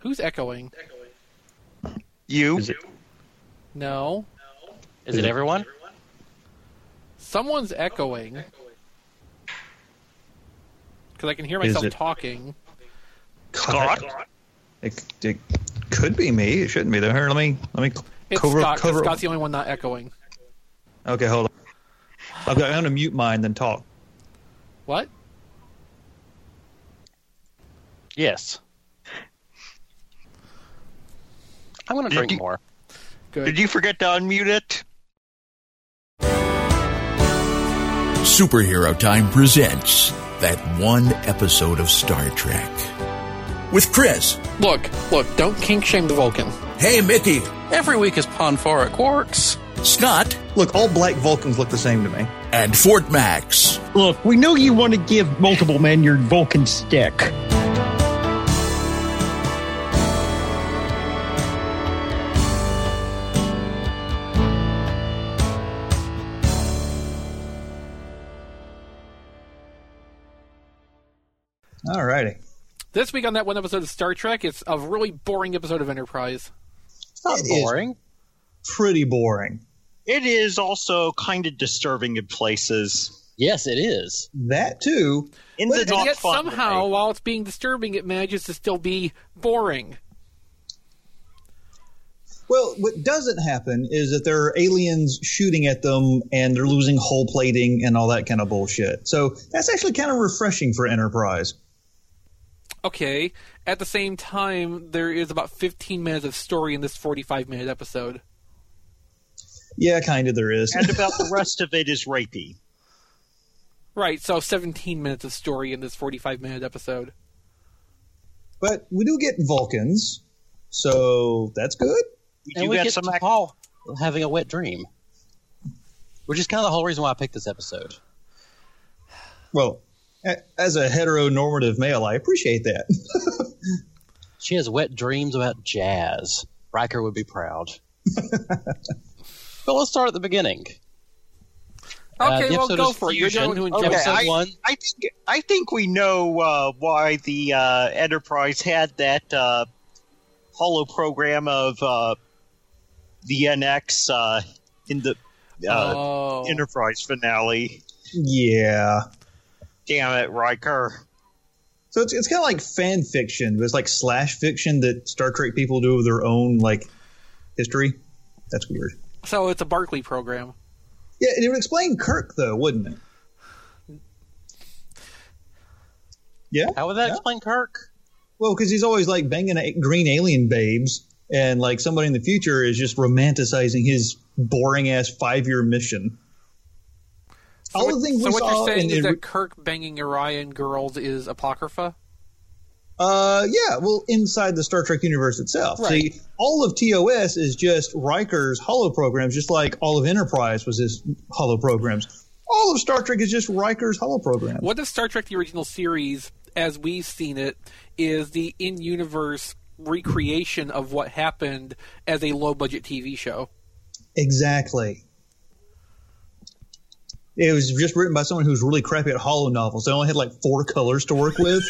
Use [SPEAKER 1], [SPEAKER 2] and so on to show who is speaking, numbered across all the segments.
[SPEAKER 1] Who's echoing?
[SPEAKER 2] You.
[SPEAKER 3] Is it,
[SPEAKER 1] No.
[SPEAKER 3] is it everyone?
[SPEAKER 1] Someone's echoing. Because I can hear
[SPEAKER 3] Is
[SPEAKER 1] myself
[SPEAKER 3] it-
[SPEAKER 1] talking.
[SPEAKER 2] Scott?
[SPEAKER 3] It, it could be me. It shouldn't be though. Here, let me let me
[SPEAKER 1] It's
[SPEAKER 3] cover
[SPEAKER 1] Scott. 'cause
[SPEAKER 3] cover.
[SPEAKER 1] Scott's the only one not echoing.
[SPEAKER 3] Okay, hold on. I've got I'm gonna mute mine then talk.
[SPEAKER 1] What?
[SPEAKER 4] Yes. I'm going to
[SPEAKER 2] Did
[SPEAKER 4] drink
[SPEAKER 2] you-
[SPEAKER 4] more.
[SPEAKER 1] Good.
[SPEAKER 2] Did you forget to unmute it?
[SPEAKER 5] Superhero Time presents that one episode of Star Trek with Chris.
[SPEAKER 1] Look, look, don't kink shame the Vulcan.
[SPEAKER 5] Hey, Mickey.
[SPEAKER 6] Every week is Ponfar at Quarks.
[SPEAKER 5] Scott
[SPEAKER 3] Look, all black Vulcans look the same to me.
[SPEAKER 5] and Fort Max.
[SPEAKER 7] Look, we know you want to give multiple men your Vulcan stick.
[SPEAKER 3] Alrighty.
[SPEAKER 1] This week on that one episode of Star Trek, it's a really boring episode of Enterprise.
[SPEAKER 3] It's not
[SPEAKER 4] boring.
[SPEAKER 3] pretty boring.
[SPEAKER 2] It is also kind of disturbing in places.
[SPEAKER 4] Yes, it is.
[SPEAKER 3] That too.
[SPEAKER 2] In
[SPEAKER 3] Well,
[SPEAKER 2] the
[SPEAKER 3] and
[SPEAKER 2] not
[SPEAKER 1] and yet
[SPEAKER 2] fun
[SPEAKER 1] somehow,
[SPEAKER 2] way.
[SPEAKER 1] while it's being disturbing, it manages to still be boring.
[SPEAKER 3] Well, what doesn't happen is that there are aliens shooting at them and they're losing hull plating and all that kind of bullshit. So that's actually kind of refreshing for Enterprise.
[SPEAKER 1] Okay. At the same time, there is about 15 minutes of story in this 45 minute episode.
[SPEAKER 3] Yeah, kind of there is.
[SPEAKER 2] and about the rest of it is rapey.
[SPEAKER 1] Right, so 17 minutes of story in this 45 minute episode.
[SPEAKER 3] but we do get Vulcans, so that's good.
[SPEAKER 2] We
[SPEAKER 4] And
[SPEAKER 2] do
[SPEAKER 4] we
[SPEAKER 2] get
[SPEAKER 4] get
[SPEAKER 2] some
[SPEAKER 4] to
[SPEAKER 2] act-
[SPEAKER 4] Paul having a wet dream, which is kind of the whole reason why I picked this episode.
[SPEAKER 3] Well, a- as a heteronormative male, I appreciate that.
[SPEAKER 4] She has wet dreams about jazz. Riker would be proud. but let's start at the beginning. Uh,
[SPEAKER 1] Okay,
[SPEAKER 4] the
[SPEAKER 1] well,
[SPEAKER 4] episode
[SPEAKER 1] go
[SPEAKER 4] is
[SPEAKER 1] for it. You're uh, the only one who
[SPEAKER 4] Okay,
[SPEAKER 1] enjoys
[SPEAKER 2] I-
[SPEAKER 4] episode one.
[SPEAKER 2] I think I think we know uh, why the uh, Enterprise had that uh, hollow program of uh, the NX uh, in the uh,
[SPEAKER 1] oh.
[SPEAKER 2] Enterprise finale.
[SPEAKER 3] yeah.
[SPEAKER 2] Damn it, Riker!
[SPEAKER 3] So it's, it's kind of like fan fiction, but it's like slash fiction that Star Trek people do of their own like history. That's weird.
[SPEAKER 1] so it's a Barclay program.
[SPEAKER 3] Yeah, and it would explain Kirk though, wouldn't it? Yeah.
[SPEAKER 4] How would that
[SPEAKER 3] Yeah.
[SPEAKER 4] explain Kirk?
[SPEAKER 3] Well, because he's always like banging a- green alien babes, and like somebody in the future is just romanticizing his boring ass five year mission.
[SPEAKER 1] So
[SPEAKER 3] All
[SPEAKER 1] what,
[SPEAKER 3] the things
[SPEAKER 1] so
[SPEAKER 3] we
[SPEAKER 1] what
[SPEAKER 3] saw
[SPEAKER 1] you're saying
[SPEAKER 3] in-
[SPEAKER 1] is
[SPEAKER 3] in-
[SPEAKER 1] that Kirk banging Orion girls is Apocrypha?
[SPEAKER 3] Uh, yeah, well, inside the Star Trek universe itself.
[SPEAKER 1] Right.
[SPEAKER 3] See, all of TOS is just Riker's hollow programs, just like all of Enterprise was his hollow programs. All of Star Trek is just Riker's hollow programs.
[SPEAKER 1] What if Star Trek the original series, as we've seen it, is the in universe recreation of what happened as a low budget TV show?
[SPEAKER 3] Exactly. It was just written by someone who's really crappy at hollow novels. They only had like four colors to work with.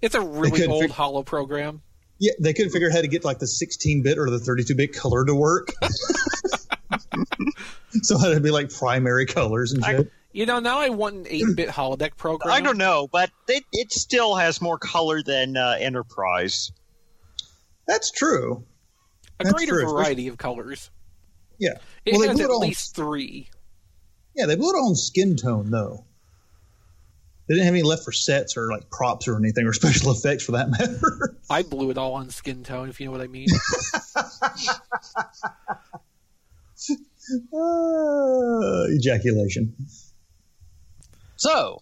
[SPEAKER 1] It's a really
[SPEAKER 3] couldn't
[SPEAKER 1] old
[SPEAKER 3] fig-
[SPEAKER 1] hollow program.
[SPEAKER 3] yeah, they couldn't figure out how to get like the 16 bit or the 32 bit color to work. so it'd be like primary colors and shit.
[SPEAKER 1] You know, now I want an 8 bit holodeck program.
[SPEAKER 2] I don't know, but it, it still has more color than uh, Enterprise.
[SPEAKER 3] That's true.
[SPEAKER 1] A
[SPEAKER 3] That's
[SPEAKER 1] greater
[SPEAKER 3] true.
[SPEAKER 1] variety of colors.
[SPEAKER 3] Yeah.
[SPEAKER 1] It
[SPEAKER 3] Well, they
[SPEAKER 1] has
[SPEAKER 3] blew
[SPEAKER 1] at
[SPEAKER 3] it on-
[SPEAKER 1] least three.
[SPEAKER 3] Yeah, they blew it on skin tone though. They didn't have any left for sets or like props or anything or special effects for that matter.
[SPEAKER 1] I blew it all on skin tone, if you know what I mean.
[SPEAKER 3] Uh, ejaculation.
[SPEAKER 4] So,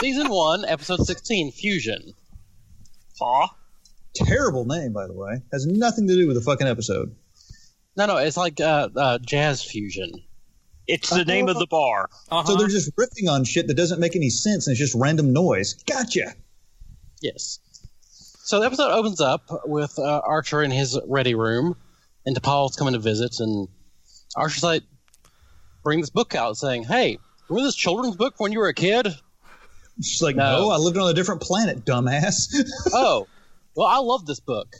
[SPEAKER 4] season one, episode 16, Fusion.
[SPEAKER 2] Huh?
[SPEAKER 3] Terrible name, by the way. Has nothing to do with the fucking episode.
[SPEAKER 4] No, no, it's like uh, uh, jazz fusion.
[SPEAKER 2] It's the name of the bar.
[SPEAKER 1] Uh-huh.
[SPEAKER 3] So they're just riffing on shit that doesn't make any sense and it's just random noise. Gotcha.
[SPEAKER 4] Yes. So the episode opens up with uh, Archer in his ready room, and DePaul's coming to visit, and Archer's like, bring this book out, saying, "Hey, remember this children's book when you were a kid?"
[SPEAKER 3] She's like,
[SPEAKER 4] No.
[SPEAKER 3] no, I lived on a different planet, dumbass.
[SPEAKER 4] oh, well, I love this book.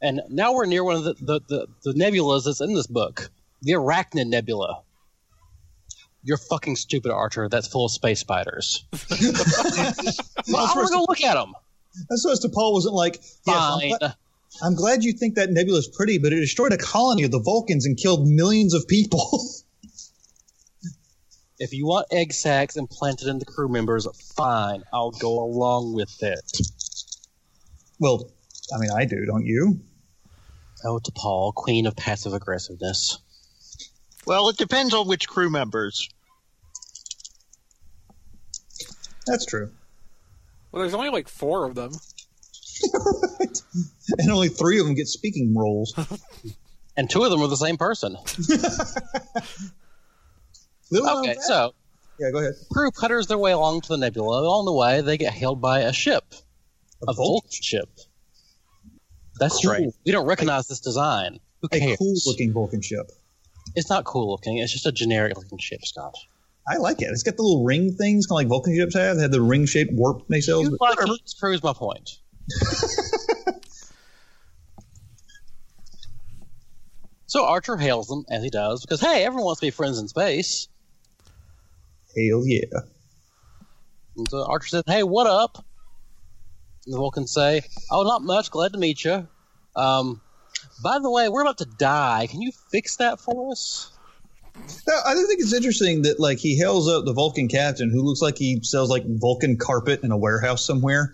[SPEAKER 4] And now we're near one of the, the, the, the nebulas that's in this book the Arachnid Nebula. You're fucking stupid, Archer. That's full of space spiders. well, I want to go look at them.
[SPEAKER 3] That's what to Paul wasn't like. "Yes, I'm
[SPEAKER 4] Fine.
[SPEAKER 3] gla- I'm glad you think that nebula is pretty, but it destroyed a colony of the Vulcans and killed millions of people.
[SPEAKER 4] If you want egg sacs implanted in the crew members, fine. I'll go along with it.
[SPEAKER 3] well, I mean, I do, don't you?
[SPEAKER 4] Oh, to Paul, queen of passive aggressiveness.
[SPEAKER 2] Well, it depends on which crew members.
[SPEAKER 3] That's true.
[SPEAKER 1] Well, there's only like four of them.
[SPEAKER 3] And only three of them get speaking roles.
[SPEAKER 4] And two of them were the same person.
[SPEAKER 3] Little known
[SPEAKER 4] Okay,
[SPEAKER 3] fact-
[SPEAKER 4] so
[SPEAKER 3] yeah, go ahead.
[SPEAKER 4] crew putters their way along to the nebula. Along the way, they get hailed by a ship, a, Vulcan ship. That's
[SPEAKER 3] Cool.
[SPEAKER 4] right. We don't recognize this design. Who
[SPEAKER 3] A
[SPEAKER 4] cares?
[SPEAKER 3] cool-looking Vulcan ship.
[SPEAKER 4] It's not cool looking. It's just a generic looking ship, Scott.
[SPEAKER 3] I like it. It's got the little ring things, kind of like Vulcan ships have. They have the ring-shaped warp nacelles. but-
[SPEAKER 4] Like, it proves my point. so Archer hails them as he does because hey, everyone wants to be friends in space.
[SPEAKER 3] Hell yeah!
[SPEAKER 4] And so Archer says, "Hey, what up?" And the Vulcans say, "Oh, not much. Glad to meet you. Um, by the way, we're about to die. Can you fix that for us?"
[SPEAKER 3] Now, I do think it's interesting that like he hails up the Vulcan captain, who looks like he sells like Vulcan carpet in a warehouse somewhere,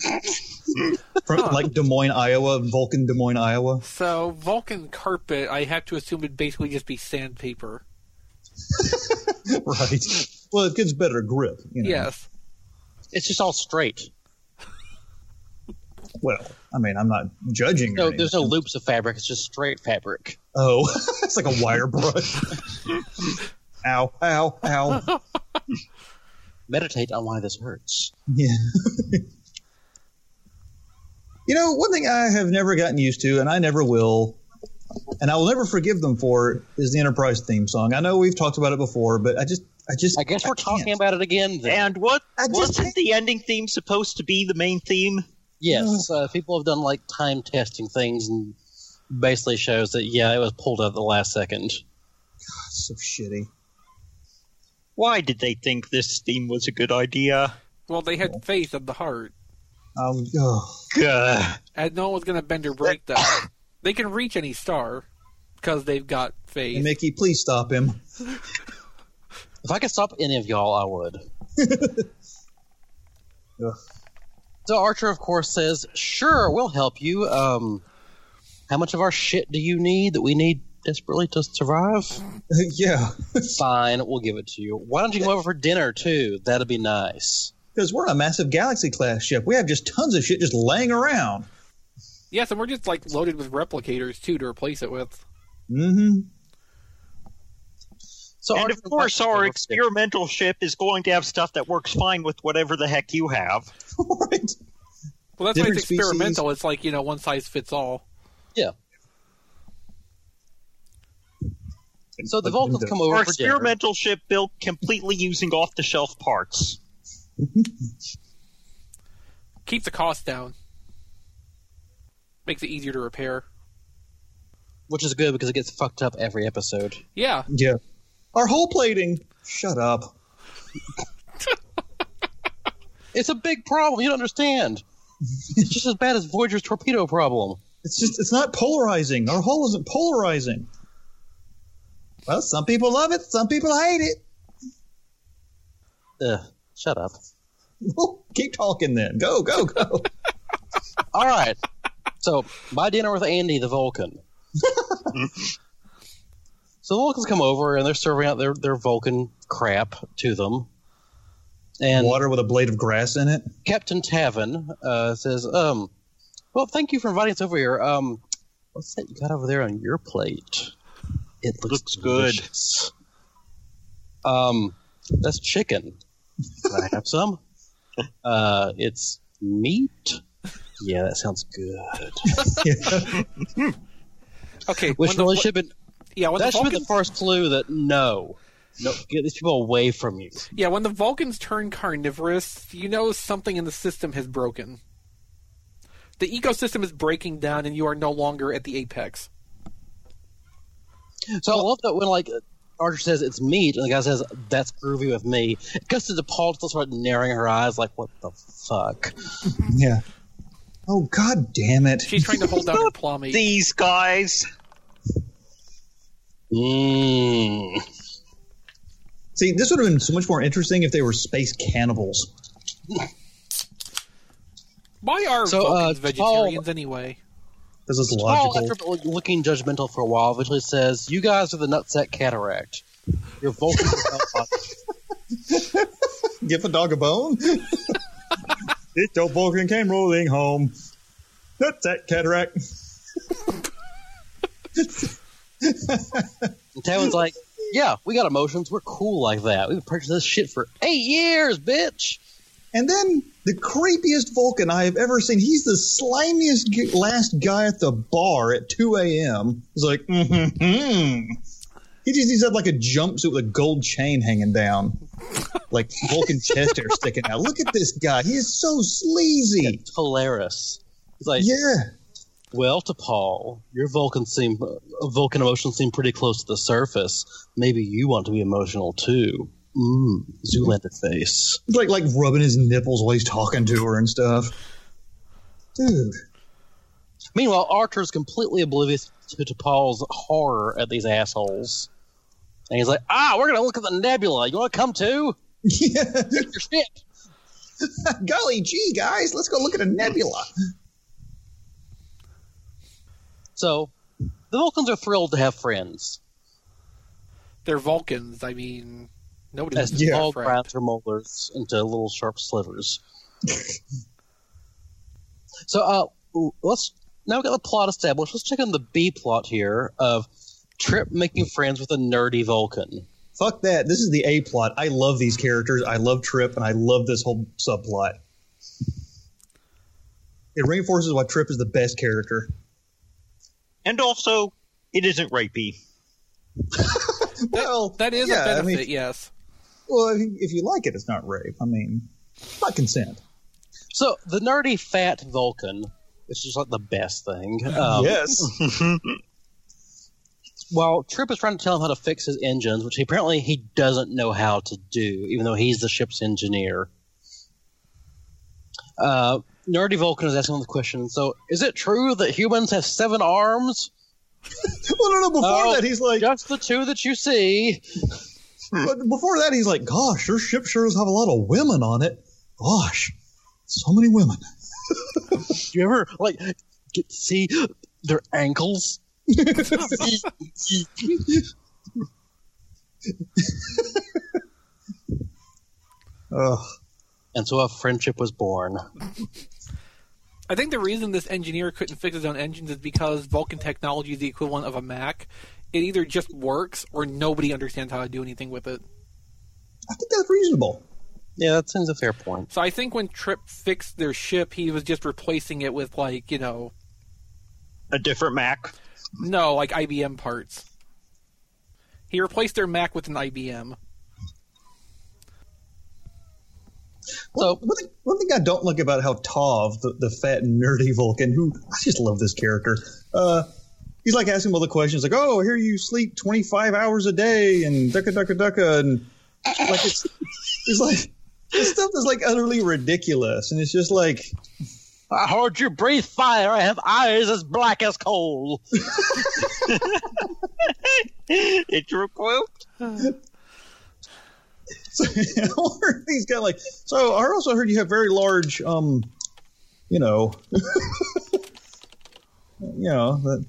[SPEAKER 3] from like Des Moines, Iowa, Vulcan Des Moines, Iowa.
[SPEAKER 1] So Vulcan carpet, I have to assume would basically just be sandpaper.
[SPEAKER 3] right. Well, it gives better grip. You know?
[SPEAKER 1] Yes.
[SPEAKER 4] It's just all straight.
[SPEAKER 3] Well, I mean, I'm not judging.
[SPEAKER 4] No,
[SPEAKER 3] or
[SPEAKER 4] there's no
[SPEAKER 3] anything.
[SPEAKER 4] loops of fabric. It's just straight fabric.
[SPEAKER 3] Oh, it's like a wire brush. ow! Ow! Ow!
[SPEAKER 4] Meditate on why this hurts.
[SPEAKER 3] Yeah. you know, one thing I have never gotten used to, and I never will, and I will never forgive them for, it, is the Enterprise theme song. I know we've talked about it before, but I just, I just,
[SPEAKER 4] I guess we're talking
[SPEAKER 3] can't.
[SPEAKER 4] about it again. Then.
[SPEAKER 2] And what
[SPEAKER 3] I just
[SPEAKER 2] wasn't the ending theme supposed to be the main theme?
[SPEAKER 4] Yes, uh, people have done like time testing things and basically shows that yeah, it was pulled out at the last second.
[SPEAKER 3] so shitty.
[SPEAKER 2] Why did they think this theme was a good idea?
[SPEAKER 1] Well, they had faith in the heart,
[SPEAKER 3] Um, ugh.
[SPEAKER 2] Gah.
[SPEAKER 1] and no one was going to bend or break that. they can reach any star because they've got faith.
[SPEAKER 3] And Mickey, please stop him.
[SPEAKER 4] If I could stop any of y'all, I would.
[SPEAKER 3] Ugh.
[SPEAKER 4] So Archer, of course, says, "Sure, we'll help you. Um, how much of our shit do you need that we need desperately to survive?
[SPEAKER 3] yeah,
[SPEAKER 4] Fine, we'll give it to you. Why don't you come over for dinner too? That'd be nice."
[SPEAKER 3] because we're a massive galaxy class ship. We have just tons of shit just laying around.
[SPEAKER 1] Yes, and we're just like loaded with replicators too to replace it with.
[SPEAKER 3] Mm-hmm.
[SPEAKER 4] So
[SPEAKER 2] And
[SPEAKER 4] Archer
[SPEAKER 2] of course,
[SPEAKER 4] invites
[SPEAKER 2] our
[SPEAKER 4] them over for dinner.
[SPEAKER 2] experimental ship is going to have stuff that works fine with whatever the heck you have.
[SPEAKER 3] right.
[SPEAKER 1] Well, that's why
[SPEAKER 3] Different
[SPEAKER 1] it's experimental. It's like you know, one size fits all.
[SPEAKER 4] So the
[SPEAKER 3] Like
[SPEAKER 4] Vulcans
[SPEAKER 3] window.
[SPEAKER 4] come
[SPEAKER 2] Our
[SPEAKER 4] over for dinner.
[SPEAKER 2] experimental ship built completely using off the shelf parts.
[SPEAKER 3] Mm-hmm.
[SPEAKER 1] Keep the cost down. Makes it easier to repair.
[SPEAKER 4] which is good because it gets fucked up every episode.
[SPEAKER 1] Yeah,
[SPEAKER 3] Yeah. Our hull plating. Shut up.
[SPEAKER 4] It's a big problem. You don't understand. it's just as bad as Voyager's torpedo problem.
[SPEAKER 3] It's just it's not polarizing. Our hull isn't polarizing. Well, some people love it, some people hate it.
[SPEAKER 4] Ugh, shut up.
[SPEAKER 3] Well, keep talking then. Go, go, go.
[SPEAKER 4] All right. So my dinner with Andy the Vulcan. so the Vulcans come over and they're serving out their, their Vulcan crap to them. And
[SPEAKER 3] Water with a blade of grass in it.
[SPEAKER 4] Captain Tavin uh, says, um, "Well, thank you for inviting us over here. Um, what's that you got over there on your plate? It looks,
[SPEAKER 2] Looks good.
[SPEAKER 4] delicious. Um, that's chicken. Can I have some? Uh, it's meat. Yeah, that sounds good.
[SPEAKER 3] Yeah.
[SPEAKER 1] Okay,
[SPEAKER 4] Which
[SPEAKER 1] when the,
[SPEAKER 4] really should have been
[SPEAKER 1] yeah, when the
[SPEAKER 4] that should have been
[SPEAKER 1] Vulcans,
[SPEAKER 4] the first clue that no, No, get these people away from you.
[SPEAKER 1] Yeah, when the Vulcans turn carnivorous, you know something in the system has broken. The ecosystem is breaking down, and you are no longer at the apex.
[SPEAKER 4] So I love that when like Archer says it's meat, and the guy says that's groovy with me. It cuts to DePaul to start narrowing her eyes, like what the fuck.
[SPEAKER 3] Yeah. Oh god damn it.
[SPEAKER 1] She's trying to hold down her plummy.
[SPEAKER 2] These guys.
[SPEAKER 4] Mm.
[SPEAKER 3] See, this would have been so much more interesting if they were space cannibals.
[SPEAKER 1] Why are
[SPEAKER 4] So, uh,
[SPEAKER 1] Vulcans vegetarians anyway?
[SPEAKER 3] Because it's
[SPEAKER 4] Paul,
[SPEAKER 3] logical.
[SPEAKER 4] after looking judgmental for a while, eventually says, "You guys are the nutsack cataract. You're Vulcan."
[SPEAKER 3] Give a dog a bone. Little Vulcan came rolling home. That's that cataract.
[SPEAKER 4] and Talon's like, "Yeah, we got emotions. We're cool like that. We've purchased this shit for eight years, bitch."
[SPEAKER 3] And then the creepiest Vulcan I have ever seen. He's the slimiest g- last guy at the bar at 2 a.m. He's like, mm-hmm, He just he's had like a jumpsuit with a gold chain hanging down, like Vulcan chest hair sticking out. Look at this guy. He is so sleazy.
[SPEAKER 4] Hilarious. He's like,
[SPEAKER 3] Yeah.
[SPEAKER 4] Well, to Paul, your Vulcan seem uh, Vulcan emotions seem pretty close to the surface. Maybe you want to be emotional too. Mm, Zoolander face.
[SPEAKER 3] He's like like rubbing his nipples while he's talking to her and stuff. Dude.
[SPEAKER 4] Meanwhile, Archer's completely oblivious to, to Paul's horror at these assholes, and he's like, "Ah, we're gonna look at the nebula. You want to come too?
[SPEAKER 3] Yeah.
[SPEAKER 4] Get your shit."
[SPEAKER 3] Golly gee, guys, let's go look at a nebula.
[SPEAKER 4] So, the Vulcans are thrilled to have friends,
[SPEAKER 1] They're Vulcans. I mean, nobody
[SPEAKER 4] as
[SPEAKER 1] wants
[SPEAKER 3] Yeah.
[SPEAKER 1] to
[SPEAKER 4] Paul
[SPEAKER 1] be their friend.
[SPEAKER 4] grinds her molars into little sharp slivers. so uh, ooh, let's now we've got the plot established. Let's check on the B plot here of Trip making friends with a nerdy Vulcan.
[SPEAKER 3] Fuck that. This is the A plot. I love these characters. I love Trip, and I love this whole subplot. It reinforces why Trip is the best character.
[SPEAKER 2] And also, it isn't rapey.
[SPEAKER 3] Well,
[SPEAKER 1] That is
[SPEAKER 3] yeah,
[SPEAKER 1] a benefit,
[SPEAKER 3] I mean,
[SPEAKER 1] yes.
[SPEAKER 3] well, if you- if you like it, it's not rape. I mean, it's not consent.
[SPEAKER 4] So the nerdy fat Vulcan, which is like the best thing. Um,
[SPEAKER 3] yes.
[SPEAKER 4] While Trip is trying to tell him how to fix his engines, which apparently he doesn't know how to do, even though he's the ship's engineer. Uh, Nerdy Vulcan is asking him the question. So, is it true that humans have seven arms?
[SPEAKER 3] well, no, no. Before
[SPEAKER 4] Oh,
[SPEAKER 3] that, he's like,
[SPEAKER 4] Just the two that you see.
[SPEAKER 3] but before that, he's like, gosh, your ship sure does have a lot of women on it. Gosh, so many women.
[SPEAKER 4] Do you ever like get to see their ankles?
[SPEAKER 3] Ugh.
[SPEAKER 4] and so a friendship was born.
[SPEAKER 1] I think the reason this engineer couldn't fix his own engines is because Vulcan technology is the equivalent of a Mac. It either just works or nobody understands how to do anything with it.
[SPEAKER 3] I think that's reasonable.
[SPEAKER 4] Yeah, that seems a fair point.
[SPEAKER 1] So I think when Trip fixed their ship, he was just replacing it with like you know,
[SPEAKER 2] A different Mac.
[SPEAKER 1] no, like IBM parts. He replaced their Mac with an IBM.
[SPEAKER 4] So,
[SPEAKER 3] One thing, one thing I don't like about how Tov, the, the fat nerdy Vulcan, who I just love this character, uh, he's like asking all the questions like, "Oh, here you sleep twenty five hours a day and ducka ducka ducka," and like it's, it's like this stuff is like utterly ridiculous, and it's just like,
[SPEAKER 4] I heard you breathe fire. I have eyes as black as coal.
[SPEAKER 2] it's your quote.
[SPEAKER 3] so, he's got like, so I also heard you have very large, um, you know, you know that.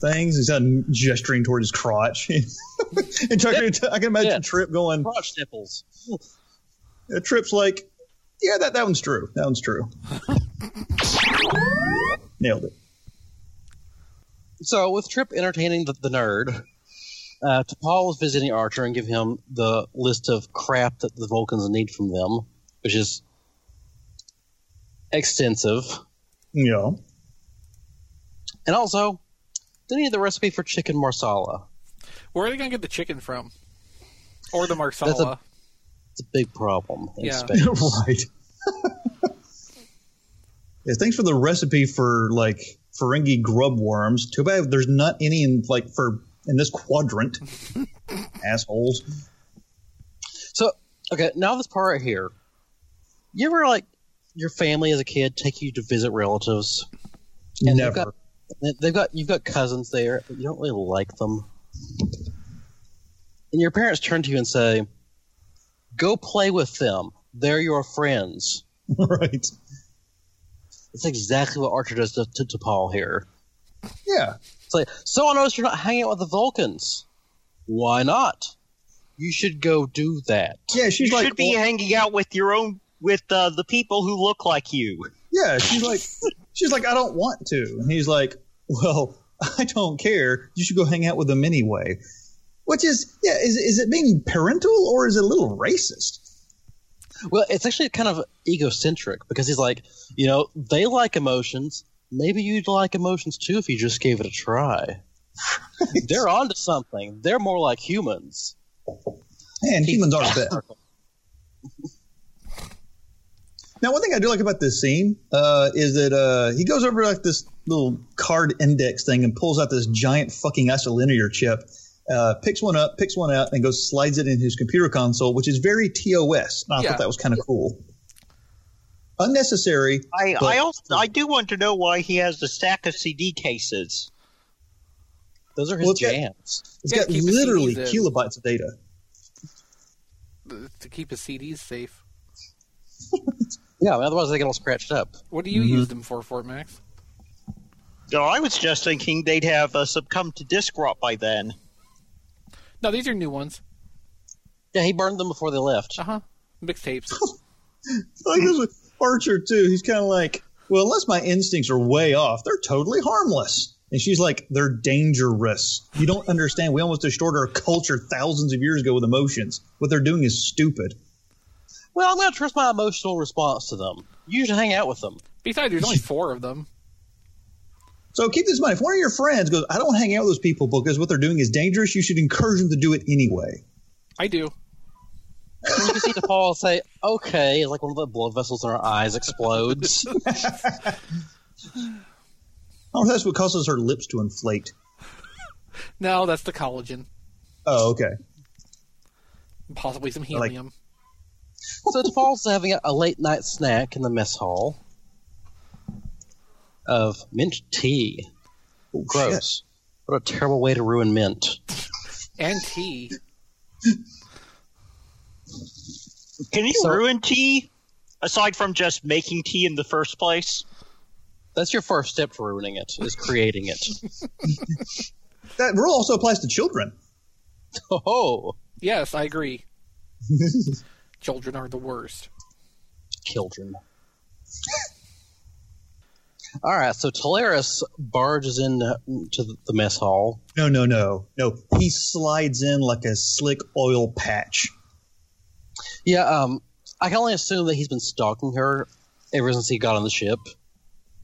[SPEAKER 3] Things he's not gesturing toward his crotch, and Tucker, I can imagine
[SPEAKER 4] Yeah.
[SPEAKER 3] Trip going,
[SPEAKER 4] Crotch nipples.
[SPEAKER 3] Uh, Trip's like, yeah, that, that one's true. That one's true. Nailed it.
[SPEAKER 4] So, with Trip entertaining the, the nerd, uh, T'Pol is visiting Archer and give him the list of crap that the Vulcans need from them, which is extensive.
[SPEAKER 3] Yeah.
[SPEAKER 4] And also, they need the recipe for chicken marsala.
[SPEAKER 1] Where are they gonna get the chicken from? or the Marsala.
[SPEAKER 4] It's a big problem in
[SPEAKER 1] Yeah.
[SPEAKER 4] space.
[SPEAKER 3] right. yeah, thanks for the recipe for like Ferengi grub worms. Too bad there's not any in like for in this quadrant. Assholes.
[SPEAKER 4] So, okay, now this part right here. You ever like your family as a kid take you to visit relatives? And
[SPEAKER 3] Never.
[SPEAKER 4] They've got, they- they've got you've got cousins there, but you don't really like them. And your parents turn to you and say, "Go play with them. They're your friends."
[SPEAKER 3] right.
[SPEAKER 4] That's exactly what Archer does to, to, to Paul here.
[SPEAKER 3] Yeah.
[SPEAKER 4] It's like, so I noticed you're not hanging out with the Vulcans. Why not? You should go do that.
[SPEAKER 3] Yeah, she's
[SPEAKER 2] you
[SPEAKER 3] like
[SPEAKER 2] should be hanging out with your own with uh, the people who look like you.
[SPEAKER 3] Yeah, she's like she's like, I don't want to. And he's like, Well, I don't care. You should go hang out with them anyway. Which is yeah, is is it being parental or is it a little racist?
[SPEAKER 4] Well, it's actually kind of egocentric because he's like, you know, they like emotions. Maybe you'd like emotions too if you just gave it a try. They're onto something. They're more like humans.
[SPEAKER 3] And humans are better. Now, one thing I do like about this scene uh, is that uh, he goes over like this little card index thing and pulls out this giant fucking isolinear chip, uh, picks one up, picks one out, and goes slides it in his computer console, which is very TOS. And I
[SPEAKER 1] Yeah.
[SPEAKER 3] thought that was kind of cool. Unnecessary.
[SPEAKER 2] I,
[SPEAKER 3] But-
[SPEAKER 2] I also I do want to know why he has the stack of CD cases.
[SPEAKER 4] Those are his
[SPEAKER 3] Well, that-
[SPEAKER 4] jams.
[SPEAKER 3] It's
[SPEAKER 1] Yeah,
[SPEAKER 3] got
[SPEAKER 1] keep the
[SPEAKER 3] literally
[SPEAKER 1] CDs in.
[SPEAKER 3] kilobytes of data.
[SPEAKER 1] uh, to keep his CDs safe.
[SPEAKER 4] Yeah, otherwise they get all scratched up.
[SPEAKER 1] What do you use them for, Fort Max?
[SPEAKER 2] No, I was just thinking they'd have uh, succumbed to disk rot by then.
[SPEAKER 1] No, these are new ones.
[SPEAKER 4] Yeah, he burned them before they left.
[SPEAKER 1] Uh huh. Mixtapes.
[SPEAKER 3] Like this with Archer too. He's kind of like, well, unless my instincts are way off, they're totally harmless. And she's like, they're dangerous. You don't understand. We almost destroyed our culture thousands of years ago with emotions. What they're doing is stupid.
[SPEAKER 4] Well, I'm going to trust my emotional response to them. You should hang out with them.
[SPEAKER 1] Besides, there's only four of them.
[SPEAKER 3] So keep this in mind. If one of your friends goes, I don't hang out with those people because what they're doing is dangerous, you should encourage them to do it anyway.
[SPEAKER 1] I do.
[SPEAKER 4] And you can see Paul say, okay, like one of the blood vessels in her eyes explodes.
[SPEAKER 3] Oh, that's what causes her lips to inflate.
[SPEAKER 1] No, that's the collagen.
[SPEAKER 3] Oh, okay.
[SPEAKER 1] Possibly some
[SPEAKER 3] like-
[SPEAKER 1] helium.
[SPEAKER 4] so Paul's having a, a late night snack in the mess hall of mint tea.
[SPEAKER 3] Oh,
[SPEAKER 4] Gross. What a terrible way to ruin mint.
[SPEAKER 1] and tea.
[SPEAKER 2] Can you
[SPEAKER 4] So-
[SPEAKER 2] ruin tea? Aside from just making tea in the first place,
[SPEAKER 4] That's your first step to ruining it, is creating it.
[SPEAKER 3] shit. That rule also applies to children.
[SPEAKER 4] oh,
[SPEAKER 1] Yes, I agree. Children are the worst.
[SPEAKER 4] children. All right, so Talaris barges in uh, to the- the mess hall.
[SPEAKER 3] No, no, no. No, he slides in like a slick oil patch.
[SPEAKER 4] Yeah, um, I can only assume that he's been stalking her ever since he got on the ship.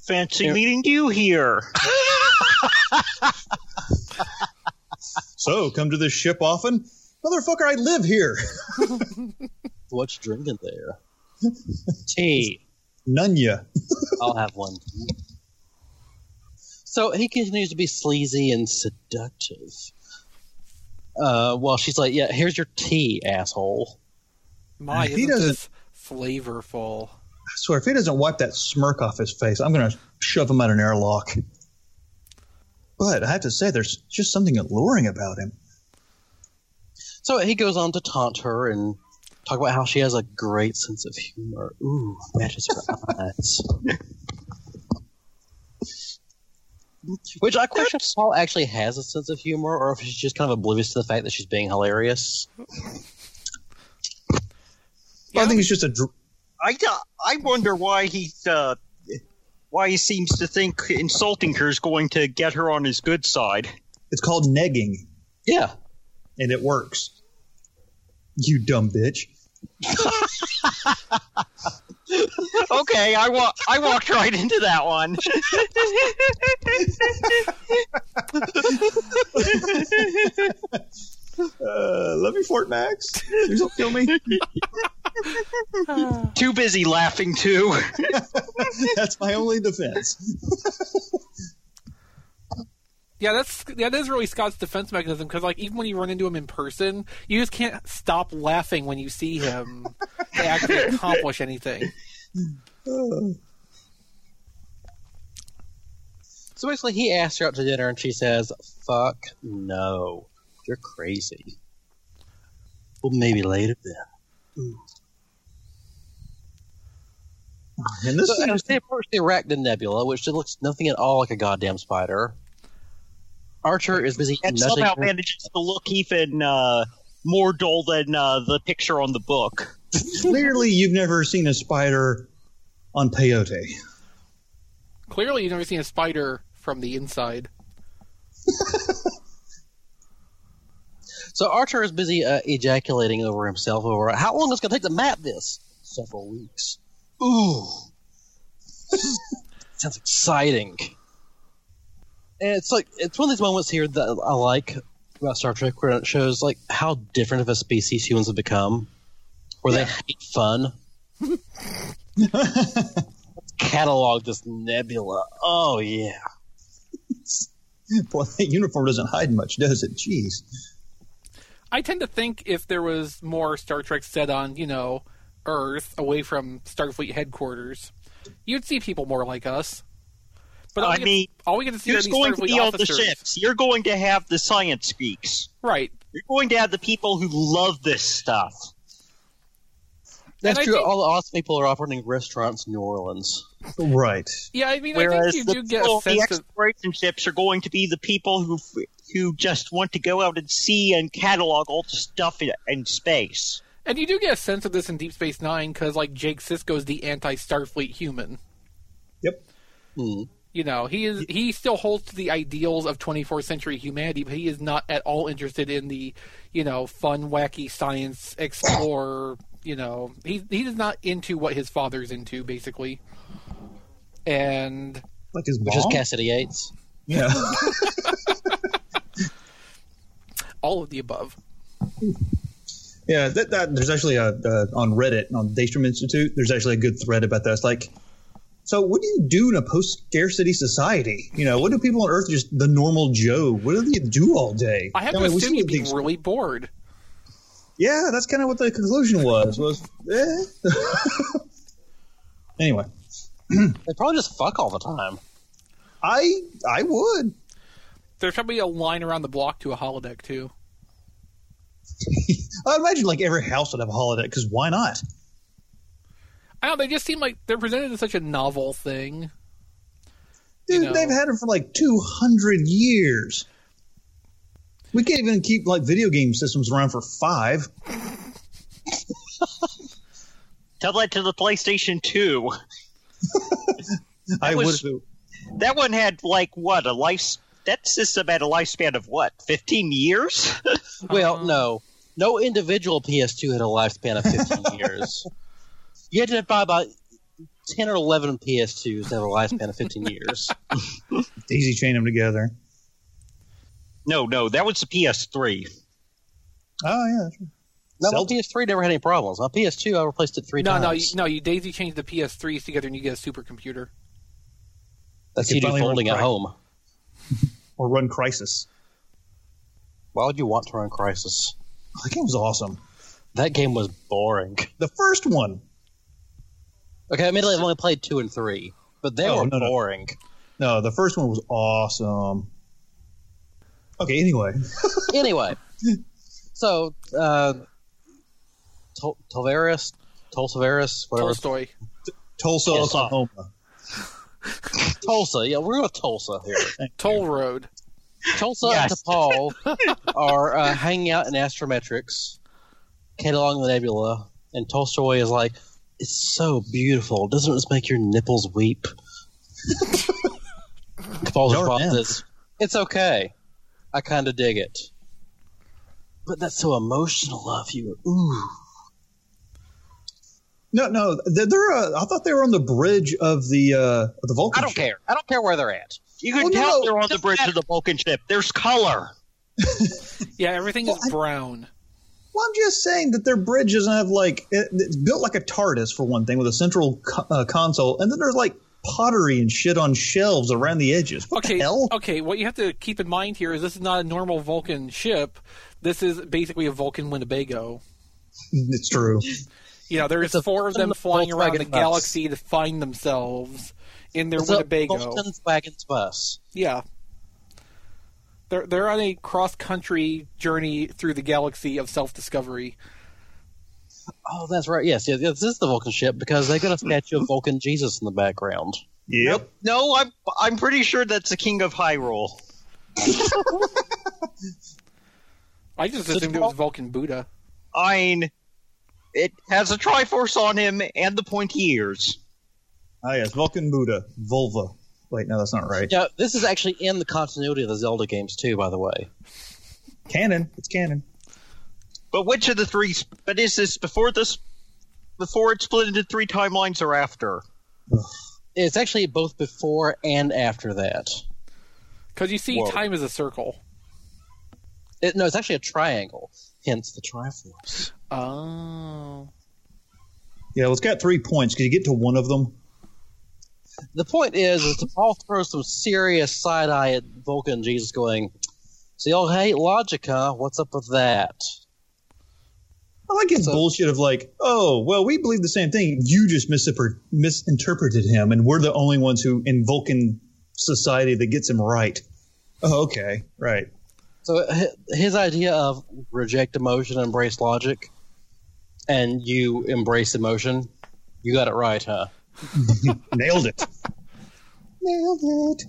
[SPEAKER 2] fancy
[SPEAKER 4] Yeah.
[SPEAKER 2] meeting you here.
[SPEAKER 3] So, come to this ship often? Motherfucker, I live here.
[SPEAKER 4] What's drinking there? Tea.
[SPEAKER 3] Nunya.
[SPEAKER 4] I'll have one. So he continues to be sleazy and seductive. Uh, while she's like, "Yeah, here's your tea, asshole."
[SPEAKER 1] My,
[SPEAKER 3] He
[SPEAKER 1] isn't
[SPEAKER 3] doesn't-
[SPEAKER 1] this flavorful?
[SPEAKER 3] I swear, if he doesn't wipe that smirk off his face, I'm going to shove him out an airlock. But I have to say, there's just something alluring about him.
[SPEAKER 4] So he goes on to taunt her and talk about how she has a great sense of humor. Ooh, matches her eyes. Which I question if Paul actually has a sense of humor, or if she's just kind of oblivious to the fact that she's being hilarious.
[SPEAKER 3] But I think it's just a. Dr-
[SPEAKER 2] I, d- I wonder why he uh, why he seems to think insulting her is going to get her on his good side.
[SPEAKER 3] it's called negging,
[SPEAKER 4] Yeah,
[SPEAKER 3] and it works. You dumb bitch.
[SPEAKER 2] Okay, I wa- I walked right into that one.
[SPEAKER 3] Uh, love you, Fort Max. Please don't kill me.
[SPEAKER 2] Too busy laughing too.
[SPEAKER 3] That's my only defense.
[SPEAKER 1] Yeah, that's that is really Scott's defense mechanism because like even when you run into him in person, you just can't stop laughing when you see him to actually accomplish anything.
[SPEAKER 4] So basically, he asks her out to dinner, and she says, "Fuck no, you're crazy." Well, maybe later then.
[SPEAKER 3] And this
[SPEAKER 4] So
[SPEAKER 3] is
[SPEAKER 4] as they approach the Arachnid Nebula, which looks nothing at all like a goddamn spider, Archer is busy.
[SPEAKER 2] and
[SPEAKER 4] nudging
[SPEAKER 2] somehow
[SPEAKER 4] her-
[SPEAKER 2] manages to look even uh, more dull than uh, the picture on the book.
[SPEAKER 3] clearly you've never seen a spider on peyote.
[SPEAKER 1] Clearly, you've never seen a spider from the inside.
[SPEAKER 4] So Archer is busy uh, ejaculating over himself over how long it's going to take to map this. Several weeks. Ooh, sounds exciting. And it's like it's one of these moments here that I like about Star Trek, where it shows like how different of a species humans have become, where they hate fun. Catalog this nebula. Oh yeah.
[SPEAKER 3] Boy, that uniform doesn't hide much, does it? Jeez.
[SPEAKER 1] I tend to think if there was more Star Trek set on, you know, Earth, away from Starfleet headquarters, you'd see people more like us. But all
[SPEAKER 2] I
[SPEAKER 1] we get-
[SPEAKER 2] mean,
[SPEAKER 1] all we get to see are
[SPEAKER 2] Who's
[SPEAKER 1] these
[SPEAKER 2] going to
[SPEAKER 1] Starfleet
[SPEAKER 2] be on the
[SPEAKER 1] officers.
[SPEAKER 2] ships? You're going to have the science geeks.
[SPEAKER 1] Right.
[SPEAKER 2] You're going to have the people who love this stuff.
[SPEAKER 4] That's
[SPEAKER 1] I
[SPEAKER 4] true.
[SPEAKER 1] think-
[SPEAKER 4] All the awesome people are operating restaurants in New Orleans.
[SPEAKER 3] Right.
[SPEAKER 1] Yeah, I mean, I
[SPEAKER 2] Whereas
[SPEAKER 1] think you
[SPEAKER 2] the,
[SPEAKER 1] do get
[SPEAKER 2] people
[SPEAKER 1] a
[SPEAKER 2] on the
[SPEAKER 1] sense of.
[SPEAKER 2] exploration ships are going to be the people who who just want to go out and see and catalog all the stuff in, in space.
[SPEAKER 1] And you do get a sense of this in Deep Space Nine because, like, Jake Sisko's the anti-Starfleet human.
[SPEAKER 3] Yep.
[SPEAKER 1] You know, he is he still holds to the ideals of 24th century humanity, but he is not at all interested in the, you know, fun, wacky science explorer. You know, he he is not into what his father's into, basically. And
[SPEAKER 3] Like his
[SPEAKER 4] Which
[SPEAKER 3] mom.
[SPEAKER 4] is Cassidy Yates.
[SPEAKER 3] yeah.
[SPEAKER 1] all of the above.
[SPEAKER 3] Yeah, that, that there's actually a uh, on Reddit on Daystrom Institute. There's actually a good thread about that. It's like, so what do you do in a post scarcity society? You know, what do people on Earth just the normal Joe? What do they do all day?
[SPEAKER 1] I have
[SPEAKER 3] I
[SPEAKER 1] to
[SPEAKER 3] mean, we
[SPEAKER 1] assume
[SPEAKER 3] see
[SPEAKER 1] you'd be
[SPEAKER 3] things-
[SPEAKER 1] really bored.
[SPEAKER 3] Yeah, that's kind of what the conclusion was. Was eh. anyway,
[SPEAKER 4] They probably just fuck all the time.
[SPEAKER 3] I I would.
[SPEAKER 1] There's probably a line around the block to a holodeck too.
[SPEAKER 3] I imagine like every house would have a holiday because why not?
[SPEAKER 1] I don't. know, They just seem like they're presented as such a novel thing.
[SPEAKER 3] Dude,
[SPEAKER 1] know.
[SPEAKER 3] they've had it for like 200 years. We can't even keep like video game systems around for five.
[SPEAKER 2] Tell that to the PlayStation Two.
[SPEAKER 3] I
[SPEAKER 2] was-
[SPEAKER 3] would.
[SPEAKER 2] That one had like what a life. That system had a lifespan of what, fifteen years?
[SPEAKER 3] Uh-huh.
[SPEAKER 4] Well, no. No individual PS2 had a lifespan of 15 years. You had to buy about 10 or 11 PS2s to have a lifespan of 15 years.
[SPEAKER 3] Daisy chain them together.
[SPEAKER 2] no, no, that was the PS3.
[SPEAKER 3] Oh yeah, that's right.
[SPEAKER 4] Now, my
[SPEAKER 3] Zelda-
[SPEAKER 4] PS3 never had any problems. My PS2, I replaced it three
[SPEAKER 1] no,
[SPEAKER 4] times.
[SPEAKER 1] no, you, no. You daisy change the PS3s together, and you get a supercomputer.
[SPEAKER 4] That's
[SPEAKER 3] You
[SPEAKER 4] you do
[SPEAKER 3] finally
[SPEAKER 4] folding at
[SPEAKER 3] went
[SPEAKER 4] home.
[SPEAKER 3] or Run Crisis.
[SPEAKER 4] Why would you want to run Crisis?
[SPEAKER 3] Oh, That game was awesome.
[SPEAKER 4] That game was boring.
[SPEAKER 3] The first one.
[SPEAKER 4] Okay, admittedly, I've only played two and three, but they
[SPEAKER 3] Oh,
[SPEAKER 4] were
[SPEAKER 3] no, no.
[SPEAKER 4] boring.
[SPEAKER 3] No, the first one was awesome. Okay, anyway,
[SPEAKER 4] anyway, so uh, Tol- Tolvaris, Tolsaveris, whatever.
[SPEAKER 1] Tolstoy.
[SPEAKER 3] Tulsa,
[SPEAKER 2] Tulsa.
[SPEAKER 3] Oklahoma.
[SPEAKER 4] Tulsa, yeah, we're going to Tulsa here.
[SPEAKER 1] Toll Road.
[SPEAKER 4] Tulsa
[SPEAKER 2] Yes.
[SPEAKER 4] and DePaul are uh, hanging out in Astrometrics, cataloging the nebula, and Tolstoy is like, "It's so beautiful. Doesn't this make your nipples weep?" DePaul's
[SPEAKER 3] Darn
[SPEAKER 4] response
[SPEAKER 3] man.
[SPEAKER 4] is, "It's okay. I kind of dig it." But that's so emotional of you. Ooh.
[SPEAKER 3] No, no, they're. they're, Uh, I thought they were on the bridge of the uh, of the Vulcan.
[SPEAKER 4] I don't
[SPEAKER 3] ship.
[SPEAKER 4] care. I don't care where they're at.
[SPEAKER 2] You can
[SPEAKER 3] Oh, no,
[SPEAKER 2] tell
[SPEAKER 3] no,
[SPEAKER 2] they're on the
[SPEAKER 4] doesn't
[SPEAKER 2] bridge
[SPEAKER 4] matter.
[SPEAKER 2] of the Vulcan ship. There's color.
[SPEAKER 1] Yeah, everything is brown.
[SPEAKER 3] Well, I'm just saying that their bridge doesn't have like it, it's built like a TARDIS for one thing, with a central co- uh, console, and then there's like pottery and shit on shelves around the edges. What
[SPEAKER 1] Okay, Oh.
[SPEAKER 3] the hell?
[SPEAKER 1] okay. What you have to keep in mind here is this is not a normal Vulcan ship. This is basically a Vulcan Winnebago.
[SPEAKER 3] It's true.
[SPEAKER 1] You know, there's
[SPEAKER 4] It's a
[SPEAKER 1] four of them
[SPEAKER 4] Vulcan
[SPEAKER 1] flying around the
[SPEAKER 4] Volkswagen bus.
[SPEAKER 1] galaxy to find themselves in their
[SPEAKER 4] It's a
[SPEAKER 1] Winnebago.
[SPEAKER 4] Vulcan's wagon's bus.
[SPEAKER 1] Yeah. They're they're on a cross country journey through the galaxy of self discovery.
[SPEAKER 4] Oh, that's right. Yes, yes, yes, this is the Vulcan ship because they got a statue of Vulcan Jesus in the background.
[SPEAKER 2] Yep. No, I'm I'm pretty sure that's the king of Hyrule.
[SPEAKER 1] I just
[SPEAKER 4] So
[SPEAKER 1] assumed it
[SPEAKER 4] Paul-
[SPEAKER 1] was Vulcan Buddha.
[SPEAKER 2] I mean, it has a Triforce on him and the pointy ears.
[SPEAKER 3] Ah, yes, Vulcan Buddha, vulva. Wait, no, that's not right.
[SPEAKER 4] Yeah, this is actually in the continuity of the Zelda games too, by the way.
[SPEAKER 3] Canon. It's canon.
[SPEAKER 2] But which of the three? But is this before this? Before it split into three timelines or after?
[SPEAKER 4] It's actually both before and after that.
[SPEAKER 1] Because you see,
[SPEAKER 2] Whoa.
[SPEAKER 1] time is a circle.
[SPEAKER 4] It, no, it's actually a triangle, hence the Triforce.
[SPEAKER 1] Oh.
[SPEAKER 3] Yeah, well, it's got three points because you get to one of them.
[SPEAKER 4] The point is, is to Paul throws some serious side eye at Vulcan Jesus, going, "So y'all hate logic, huh? What's up with that?"
[SPEAKER 3] I like his
[SPEAKER 4] So-
[SPEAKER 3] bullshit of like, oh, well, we believe the same thing. You just misinterpre- misinterpreted him, and we're the only ones who in Vulcan society that gets him right. Oh, okay, right.
[SPEAKER 4] So hi- his idea of reject emotion, embrace logic, and you embrace emotion. You got it right, huh?
[SPEAKER 3] Nailed it. Nailed it.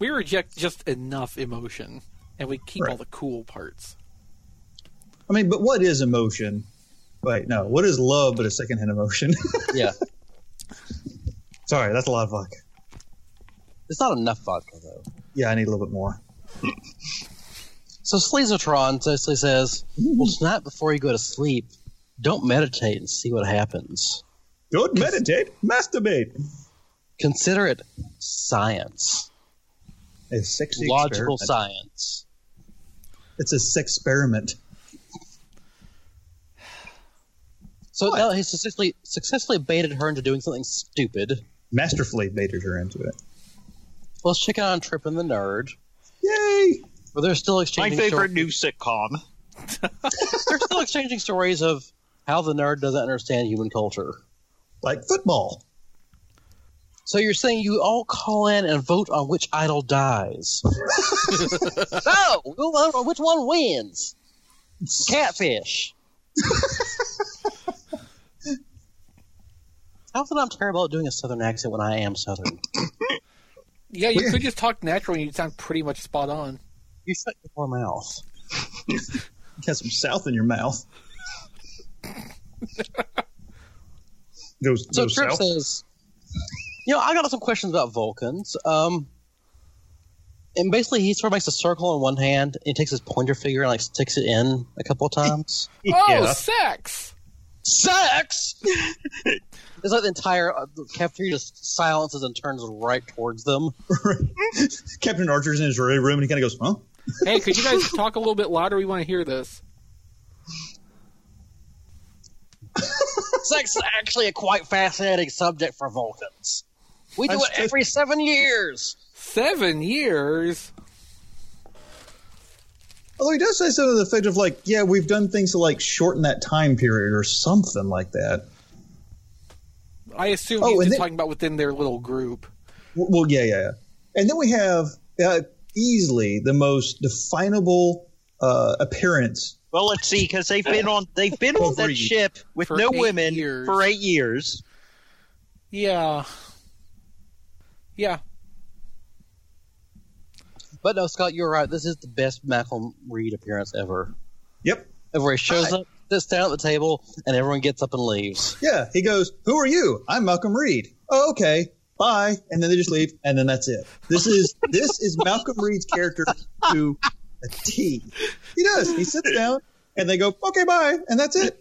[SPEAKER 1] We reject just enough emotion, and we keep
[SPEAKER 3] Right.
[SPEAKER 1] all the cool parts.
[SPEAKER 3] I mean, but what is emotion? Wait, no. What is love but a secondhand emotion?
[SPEAKER 4] Yeah,
[SPEAKER 3] Sorry, that's a lot of fuck.
[SPEAKER 4] it's not enough vodka though.
[SPEAKER 3] Yeah, I need a little bit more.
[SPEAKER 4] So Sleezatron basically says, "Well, tonight before you go to sleep, don't meditate and see what happens.
[SPEAKER 3] Don't meditate, masturbate.
[SPEAKER 4] Consider it science,
[SPEAKER 3] A sexy
[SPEAKER 4] logical
[SPEAKER 3] experiment.
[SPEAKER 4] science."
[SPEAKER 3] It's a sex experiment.
[SPEAKER 4] So now he successfully successfully baited her into doing something stupid.
[SPEAKER 3] Masterfully baited her into it.
[SPEAKER 4] Well, let's check out on Trip and the Nerd,
[SPEAKER 3] Yay!
[SPEAKER 4] where they're still
[SPEAKER 2] My
[SPEAKER 4] exchanging.
[SPEAKER 2] favorite
[SPEAKER 4] stor-
[SPEAKER 2] new sitcom.
[SPEAKER 4] they're still exchanging stories of how the nerd doesn't understand human culture.
[SPEAKER 3] Like football.
[SPEAKER 4] So you're saying you all call in and vote on which idol dies? no, we'll vote on which one wins. Catfish. How come I'm terrible at doing a southern accent when I am southern?
[SPEAKER 1] Yeah, you could just talk naturally, and you'd sound pretty much spot on.
[SPEAKER 4] You shut your poor mouth.
[SPEAKER 3] You got some south in your mouth. goes
[SPEAKER 4] So
[SPEAKER 3] goes
[SPEAKER 4] Trip
[SPEAKER 3] south.
[SPEAKER 4] says, you know, I got some questions about Vulcans. Um, and basically, he sort of makes a circle in one hand, and he takes his pointer finger and like sticks it in a couple of times.
[SPEAKER 1] Oh,
[SPEAKER 3] Yeah.
[SPEAKER 1] sex!
[SPEAKER 4] Sex. it's like the entire uh, the cafeteria just silences and turns right towards them.
[SPEAKER 3] Captain Archer's in his ready room and he kind of goes, huh?
[SPEAKER 1] Hey, could you guys talk a little bit louder? We want to hear this.
[SPEAKER 4] Sex is actually a quite fascinating subject for Vulcans. We do
[SPEAKER 3] That's
[SPEAKER 4] it every seven years.
[SPEAKER 1] Seven years?
[SPEAKER 3] Although he does say something to the effect of like, yeah, we've done things to like shorten that time period or something like that.
[SPEAKER 1] I assume
[SPEAKER 3] Oh,
[SPEAKER 1] he's
[SPEAKER 3] and
[SPEAKER 1] just
[SPEAKER 3] then-
[SPEAKER 1] talking about within their little group.
[SPEAKER 3] W- Well, yeah, yeah, yeah. And then we have uh, easily the most definable uh, appearance.
[SPEAKER 2] Well, let's see, because they've been on they've been on
[SPEAKER 3] For
[SPEAKER 2] that
[SPEAKER 3] eight-
[SPEAKER 2] ship with
[SPEAKER 1] for
[SPEAKER 2] no
[SPEAKER 1] eight
[SPEAKER 2] women
[SPEAKER 1] years.
[SPEAKER 2] for eight years.
[SPEAKER 1] Yeah. Yeah.
[SPEAKER 4] But no, Scott, you're right. This is the best Malcolm Reed appearance ever.
[SPEAKER 3] Yep.
[SPEAKER 4] Everybody shows up, sits down at the table, and everyone gets up and leaves.
[SPEAKER 3] Yeah. He goes, "Who are you? I'm Malcolm Reed." Oh, okay. Bye. And then they just leave, and then that's it. This is this is Malcolm Reed's character to a T. He does. He sits down, and they go, "Okay, bye," and that's it.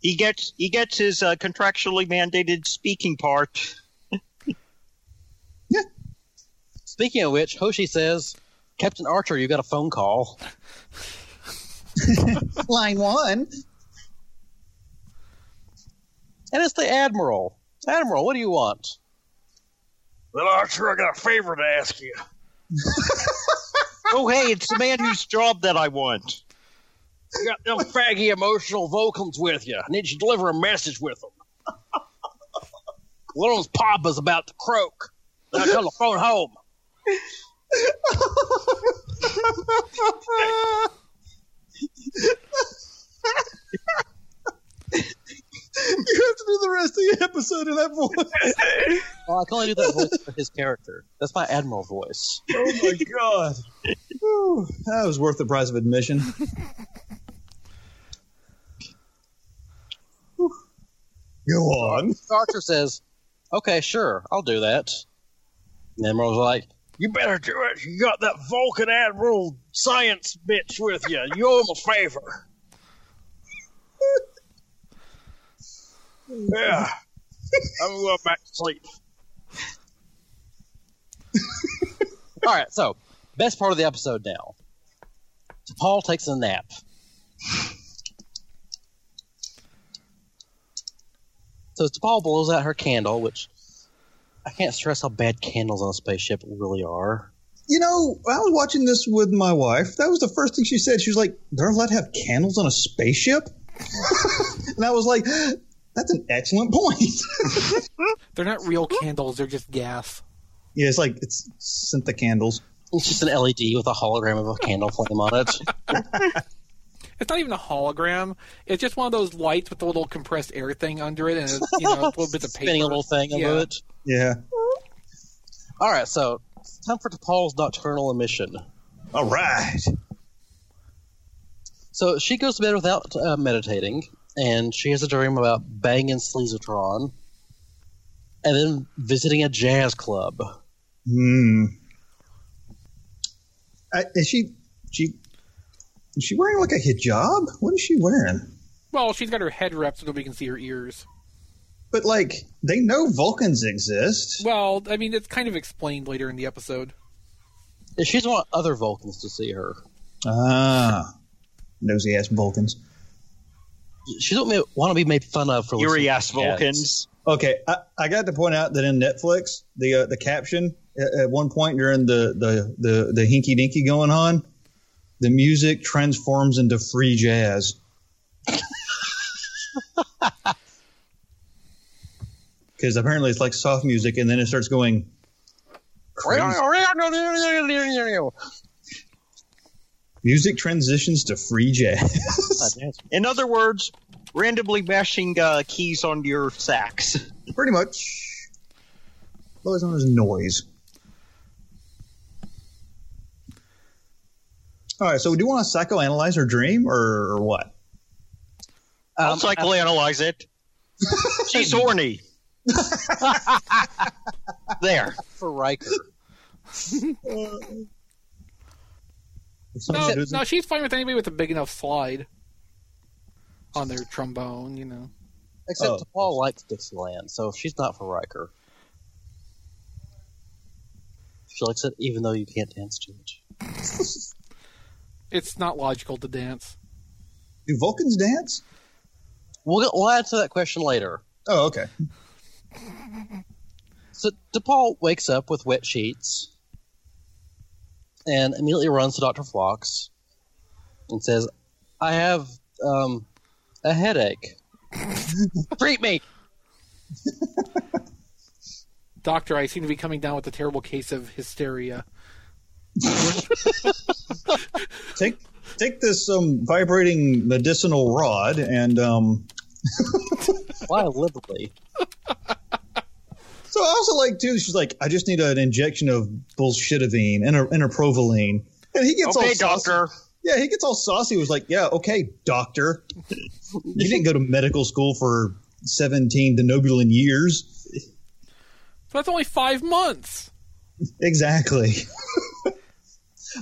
[SPEAKER 2] He gets he gets his uh, contractually mandated speaking part.
[SPEAKER 4] Speaking of which, Hoshi says, Captain Archer, you got a phone call.
[SPEAKER 3] Line one.
[SPEAKER 4] And it's the Admiral. Admiral, what do you want?
[SPEAKER 8] Well, I'm sure I got a favor to ask you.
[SPEAKER 2] Oh, hey, it's the man whose job that I want.
[SPEAKER 8] You got them faggy emotional Vulcans with you. I need you to deliver a message with them. One of them's papa's about to croak. Now tell the phone home.
[SPEAKER 3] You have to do the rest of the episode in that voice.
[SPEAKER 4] Well, I can only do that voice for his character. That's my Admiral voice.
[SPEAKER 3] Oh my god. Whew, that was worth the price of admission. Whew. Go on.
[SPEAKER 4] Archer says, Okay, sure, I'll do that. And the Admiral's like,
[SPEAKER 8] You better do it. You got that Vulcan Admiral science bitch with you. You owe him a favor. yeah. I'm going back to sleep.
[SPEAKER 4] All right, so best part of the episode now. So Paul takes a nap. So T'Pol blows out her candle, which I can't stress how bad candles on a spaceship really are.
[SPEAKER 3] You know, I was watching this with my wife. That was the first thing she said. She was like, "They're allowed to have candles on a spaceship," and I was like, "That's an excellent point."
[SPEAKER 1] They're not real candles; they're just gas.
[SPEAKER 3] yeah, it's like it's Cynthia candles.
[SPEAKER 4] It's just an LED with a hologram of a candle flame on it.
[SPEAKER 1] It's not even a hologram. It's just one of those lights with the little compressed air thing under it, and it's, you know, little bits of paper.
[SPEAKER 4] Spinning a little thing
[SPEAKER 1] Yeah.
[SPEAKER 4] of it.
[SPEAKER 3] Yeah.
[SPEAKER 4] All right, so it's time for T'Pol's nocturnal emission.
[SPEAKER 3] All right.
[SPEAKER 4] So she goes to bed without uh, meditating, and she has a dream about banging Sleezatron and then visiting a jazz club.
[SPEAKER 3] Hmm. I, is she she is she wearing like a hijab? What is she wearing?
[SPEAKER 1] Well, she's got her head wrapped so nobody can see her ears.
[SPEAKER 3] But like they know Vulcans exist.
[SPEAKER 1] Well, I mean, it's kind of explained later in the episode.
[SPEAKER 4] And she's want other Vulcans to see her.
[SPEAKER 3] Ah, nosy ass Vulcans.
[SPEAKER 4] She don't ma- want to be made fun of for
[SPEAKER 2] Eerie
[SPEAKER 4] listening
[SPEAKER 2] ass
[SPEAKER 4] to jazz.
[SPEAKER 2] Vulcans.
[SPEAKER 3] Okay, I, I got to point out that in Netflix, the uh, the caption at, at one point during the the the, the hinky dinky going on, the music transforms into free jazz. Because apparently it's like soft music, and then it starts going crazy. Music transitions to free
[SPEAKER 4] Uh,
[SPEAKER 3] jazz.
[SPEAKER 4] jazz.
[SPEAKER 2] In other words, randomly mashing uh, keys on your sax.
[SPEAKER 3] Pretty much. Otherwise known as noise. All right, so do you want to psychoanalyze her dream or, or what?
[SPEAKER 2] I'll
[SPEAKER 4] Um,
[SPEAKER 2] psychoanalyze it. She's horny. there.
[SPEAKER 4] for Riker.
[SPEAKER 3] If
[SPEAKER 1] No,
[SPEAKER 3] somebody does-
[SPEAKER 1] no, she's fine with anybody with a big enough slide on their trombone. You know,
[SPEAKER 4] Except
[SPEAKER 3] Oh.
[SPEAKER 4] T'Pol likes Dixieland, so she's not for Riker. She likes it even though you can't dance to it.
[SPEAKER 1] it's not logical to dance.
[SPEAKER 3] Do Vulcans dance?
[SPEAKER 4] We'll, get, we'll answer that question later.
[SPEAKER 3] Oh, okay.
[SPEAKER 4] So DePaul wakes up with wet sheets and immediately runs to Dr. Flox and says, I have um, a headache. Treat me.
[SPEAKER 1] Doctor, I seem to be coming down with a terrible case of hysteria.
[SPEAKER 3] Take take this um, vibrating medicinal rod and um,
[SPEAKER 4] Why liberally?
[SPEAKER 3] so I also like too. She's like, I just need an injection of bullshitavine and a, and a provoline, and he gets
[SPEAKER 2] okay,
[SPEAKER 3] all saucy-
[SPEAKER 2] doctor.
[SPEAKER 3] Yeah, he gets all saucy. Was like, yeah, okay, doctor. you didn't go to medical school for seventeen denobulan years.
[SPEAKER 1] So that's only five months.
[SPEAKER 3] Exactly.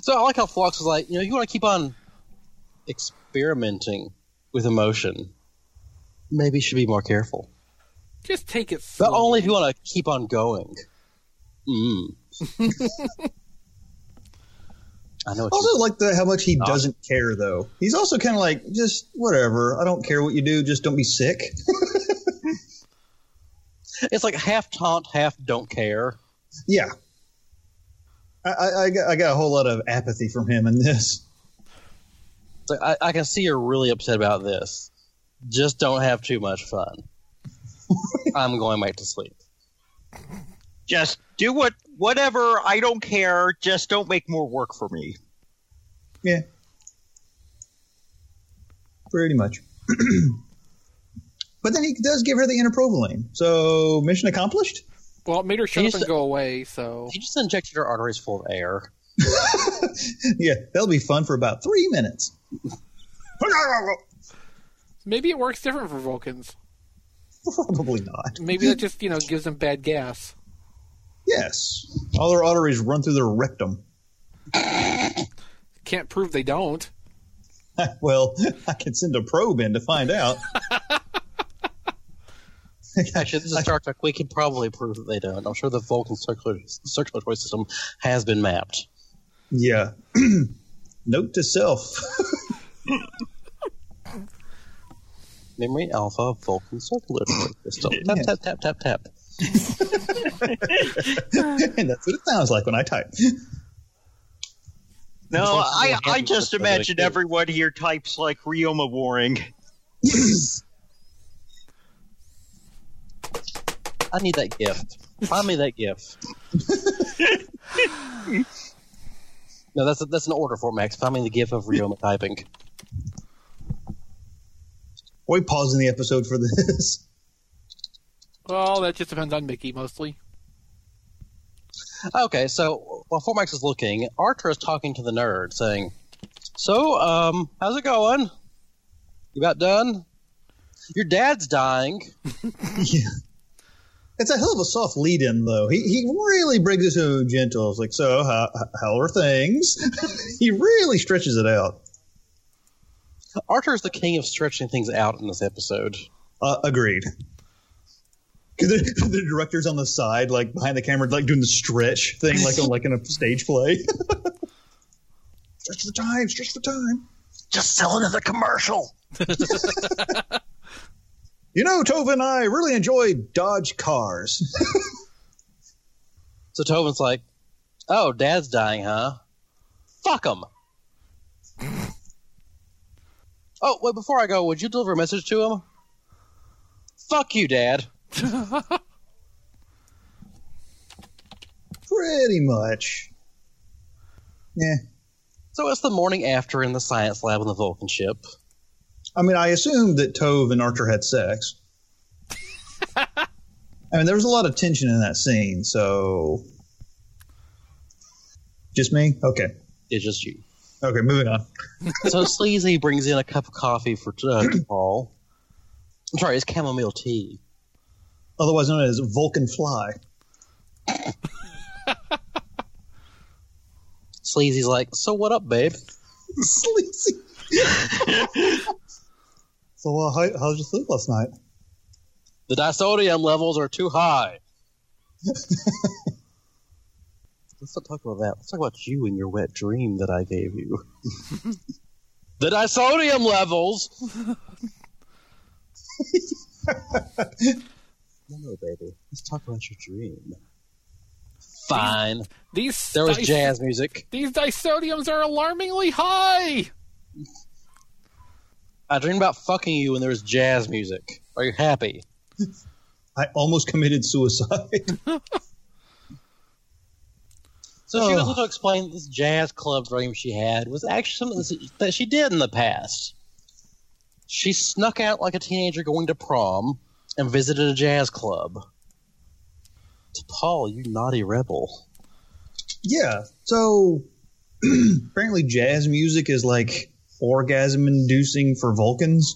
[SPEAKER 4] So I like how Flox was like, you know, you want to keep on experimenting with emotion. Maybe you should be more careful.
[SPEAKER 1] Just take it
[SPEAKER 4] But
[SPEAKER 1] slow.
[SPEAKER 4] only if you want to keep on going. Mm. I know. What you-
[SPEAKER 3] Also, like the, how much he doesn't care, though. He's also kind of like, just whatever. I don't care what you do. Just don't be sick.
[SPEAKER 4] it's like half taunt, half don't care.
[SPEAKER 3] yeah. I, I, I, got, I got a whole lot of apathy from him in this.
[SPEAKER 4] It's like, I, I can see you're really upset about this. Just don't have too much fun. I'm going back to sleep.
[SPEAKER 2] Just do what whatever. I don't care. Just don't make more work for me.
[SPEAKER 3] Yeah. Pretty much. but then he does give her the interprovoline. So, mission accomplished?
[SPEAKER 1] Well, it made her shut
[SPEAKER 4] He
[SPEAKER 1] up and
[SPEAKER 4] said-
[SPEAKER 1] go away. So
[SPEAKER 4] He just injected her arteries full of air.
[SPEAKER 3] Yeah, that'll be fun for about three minutes.
[SPEAKER 1] maybe it works different for Vulcans.
[SPEAKER 3] Probably not.
[SPEAKER 1] Maybe that just you know gives them bad gas.
[SPEAKER 3] Yes. All their arteries run through their rectum.
[SPEAKER 1] Can't prove they don't.
[SPEAKER 3] Well, I can send a probe in to find out.
[SPEAKER 4] Actually, this is Star Trek. We can probably prove that they don't. I'm sure the Vulcan circulatory, circulatory system has been mapped.
[SPEAKER 3] Yeah. Note to self.
[SPEAKER 4] Memory Alpha Vulcan circulatory system. Tap, tap, tap, tap, tap.
[SPEAKER 3] and that's what it sounds like when I type.
[SPEAKER 2] No, I,
[SPEAKER 4] Unfortunately,
[SPEAKER 2] I
[SPEAKER 4] I'm
[SPEAKER 2] just
[SPEAKER 4] just pathetic,
[SPEAKER 2] imagine
[SPEAKER 4] too.
[SPEAKER 2] everyone here types like Ryoma Waring.
[SPEAKER 4] I need that gift. Find me that gift. no, that's that's an order for Max. Find me the gift of Ryoma typing.
[SPEAKER 3] Are we pausing the episode for this?
[SPEAKER 1] Well, that just depends on Mickey mostly.
[SPEAKER 4] Okay, so while Formax is looking, Archer is talking to the nerd, saying, "So, um, how's it going? You about done? Your dad's dying.
[SPEAKER 3] It's a hell of a soft lead in, though. He, he really brings it to gentle. It's like, so, how, how are things? he really stretches it out.
[SPEAKER 4] Archer is the king of stretching things out in this episode.
[SPEAKER 3] Uh, agreed. 'Cause The, the director's on the side, like behind the camera, like doing the stretch thing, like on like in a stage play. stretch the time, stretch the time.
[SPEAKER 8] Just sell another commercial.
[SPEAKER 3] You know, Tova and I really enjoy Dodge cars.
[SPEAKER 4] So Tobin's like, "Oh, dad's dying, huh? Fuck him." oh, wait, before I go, would you deliver a message to him? Fuck you, dad.
[SPEAKER 3] Pretty much. Yeah.
[SPEAKER 4] So it's the morning after in the science lab on the Vulcan ship.
[SPEAKER 3] I mean, I assumed that Tove and Archer had sex. I mean, there was a lot of tension in that scene, so. Just me? Okay.
[SPEAKER 4] It's just you.
[SPEAKER 3] Okay, moving on.
[SPEAKER 4] so Sleazy brings in a cup of coffee for uh, Paul. I'm sorry, it's chamomile tea.
[SPEAKER 3] Otherwise known as Vulcan Fly.
[SPEAKER 4] Sleazy's like, so what up, babe?
[SPEAKER 3] Sleazy. so, uh, how, how'd you sleep last night?
[SPEAKER 4] The disodium levels are too high. Let's not talk about that. Let's talk about you and your wet dream that I gave you. the disodium levels. no, no, baby. Let's talk about your dream. Fine.
[SPEAKER 1] These
[SPEAKER 4] There was
[SPEAKER 1] dis-
[SPEAKER 4] jazz music.
[SPEAKER 1] These disodiums are alarmingly high.
[SPEAKER 4] I dreamed about fucking you when there was jazz music. Are you happy?
[SPEAKER 3] I almost committed suicide.
[SPEAKER 4] So she
[SPEAKER 3] Oh.
[SPEAKER 4] goes on to explain this jazz club dream she had was actually something that- that she did in the past. She snuck out like a teenager going to prom and visited a jazz club. To Paul, you naughty rebel.
[SPEAKER 3] yeah. So, apparently, jazz music is like orgasm inducing for Vulcans.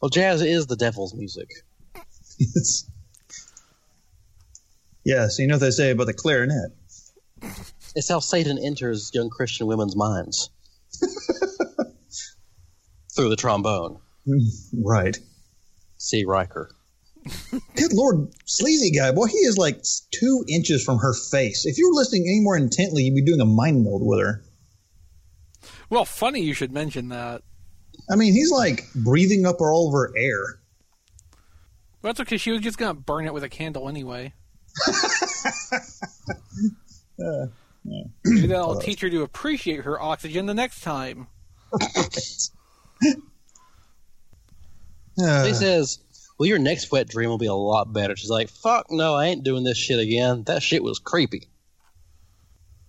[SPEAKER 4] Well, jazz is the devil's music.
[SPEAKER 3] Yes. Yes, you know what they say about the clarinet.
[SPEAKER 4] It's how Satan enters young Christian women's minds through the trombone.
[SPEAKER 3] Right.
[SPEAKER 4] See Riker.
[SPEAKER 3] Good good lord, sleazy guy. Boy, he is like two inches from her face. If you were listening any more intently, you'd be doing a mind meld with her.
[SPEAKER 1] Well, funny you should mention that.
[SPEAKER 3] I mean, he's like breathing up all of her air.
[SPEAKER 1] Well, that's okay. She was just gonna burn it with a candle anyway.
[SPEAKER 3] Uh,
[SPEAKER 1] Maybe that'll teach her to appreciate her oxygen the next time.
[SPEAKER 4] He
[SPEAKER 3] Uh,
[SPEAKER 4] says, "Well, your next wet dream will be a lot better." She's like, "Fuck no, I ain't doing this shit again. That shit was creepy."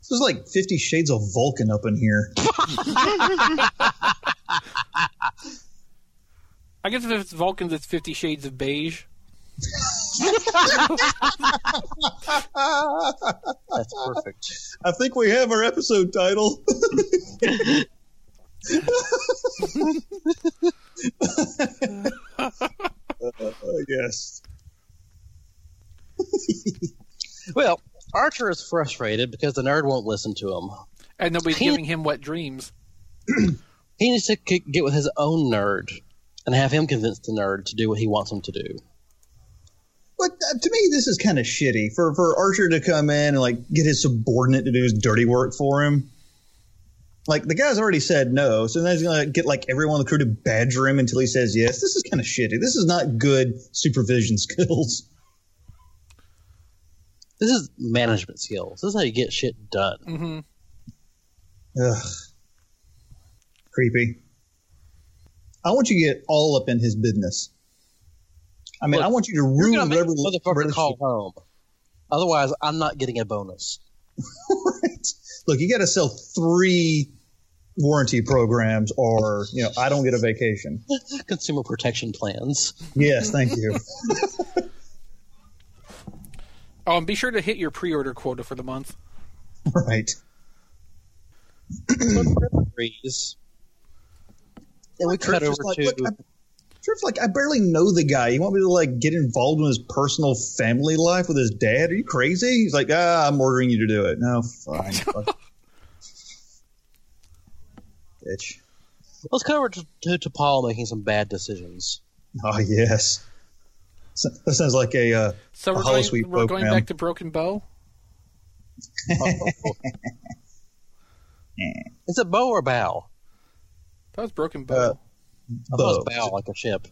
[SPEAKER 3] this is like Fifty Shades of Vulcan up in here.
[SPEAKER 1] I guess if it's Vulcans, it's Fifty Shades of Beige.
[SPEAKER 4] That's Oh, perfect.
[SPEAKER 3] Ah, I think we have our episode title. uh, yes.
[SPEAKER 4] well, Archer is frustrated because the nerd won't listen to him.
[SPEAKER 1] And nobody's
[SPEAKER 4] He-
[SPEAKER 1] giving him wet dreams.
[SPEAKER 4] He needs to c- get with his own nerd and have him convince the nerd to do what he wants him to do.
[SPEAKER 3] But uh, to me, this is kind of shitty for for Archer to come in and like get his subordinate to do his dirty work for him. Like the guy's already said no, so then he's gonna get like everyone on the crew to badger him until he says yes. This is kind of shitty. This is not good supervision skills.
[SPEAKER 4] This is management skills. This is how you get shit done.
[SPEAKER 1] hmm
[SPEAKER 3] Ugh. Creepy. I want you to get all up in his business. I mean,
[SPEAKER 4] Look,
[SPEAKER 3] I want you to
[SPEAKER 4] You're
[SPEAKER 3] ruin
[SPEAKER 4] gonna make
[SPEAKER 3] whatever
[SPEAKER 4] the motherfucker
[SPEAKER 3] relationship-
[SPEAKER 4] call home. Otherwise, I'm not getting a bonus.
[SPEAKER 3] Right. Look, you got to sell three warranty programs, or you know, I don't get a vacation.
[SPEAKER 4] Consumer protection plans.
[SPEAKER 3] Yes, thank you.
[SPEAKER 1] Oh, and be sure to hit your pre-order quota for the month.
[SPEAKER 3] right.
[SPEAKER 4] Deliveries. Then we cut
[SPEAKER 3] Tripp's
[SPEAKER 4] over
[SPEAKER 3] just like,
[SPEAKER 4] to.
[SPEAKER 3] "Look, I- Tripp's like, I barely know the guy. You want me to like get involved in his personal family life with his dad? Are you crazy? He's like, ah, I'm ordering you to do it. No, fine. Fuck. Bitch.
[SPEAKER 4] Let's cut over to, to, to Paul making some bad decisions.
[SPEAKER 3] Oh yes. So- That sounds like a uh,
[SPEAKER 1] So we're
[SPEAKER 3] Hollow
[SPEAKER 1] going,
[SPEAKER 3] Sweet
[SPEAKER 1] we're going
[SPEAKER 3] program.
[SPEAKER 1] back to Broken Bow.
[SPEAKER 4] Is it bow or bow?
[SPEAKER 1] That was Broken Bow.
[SPEAKER 3] Uh,
[SPEAKER 4] I thought
[SPEAKER 3] bow.
[SPEAKER 4] it was bow, like a ship.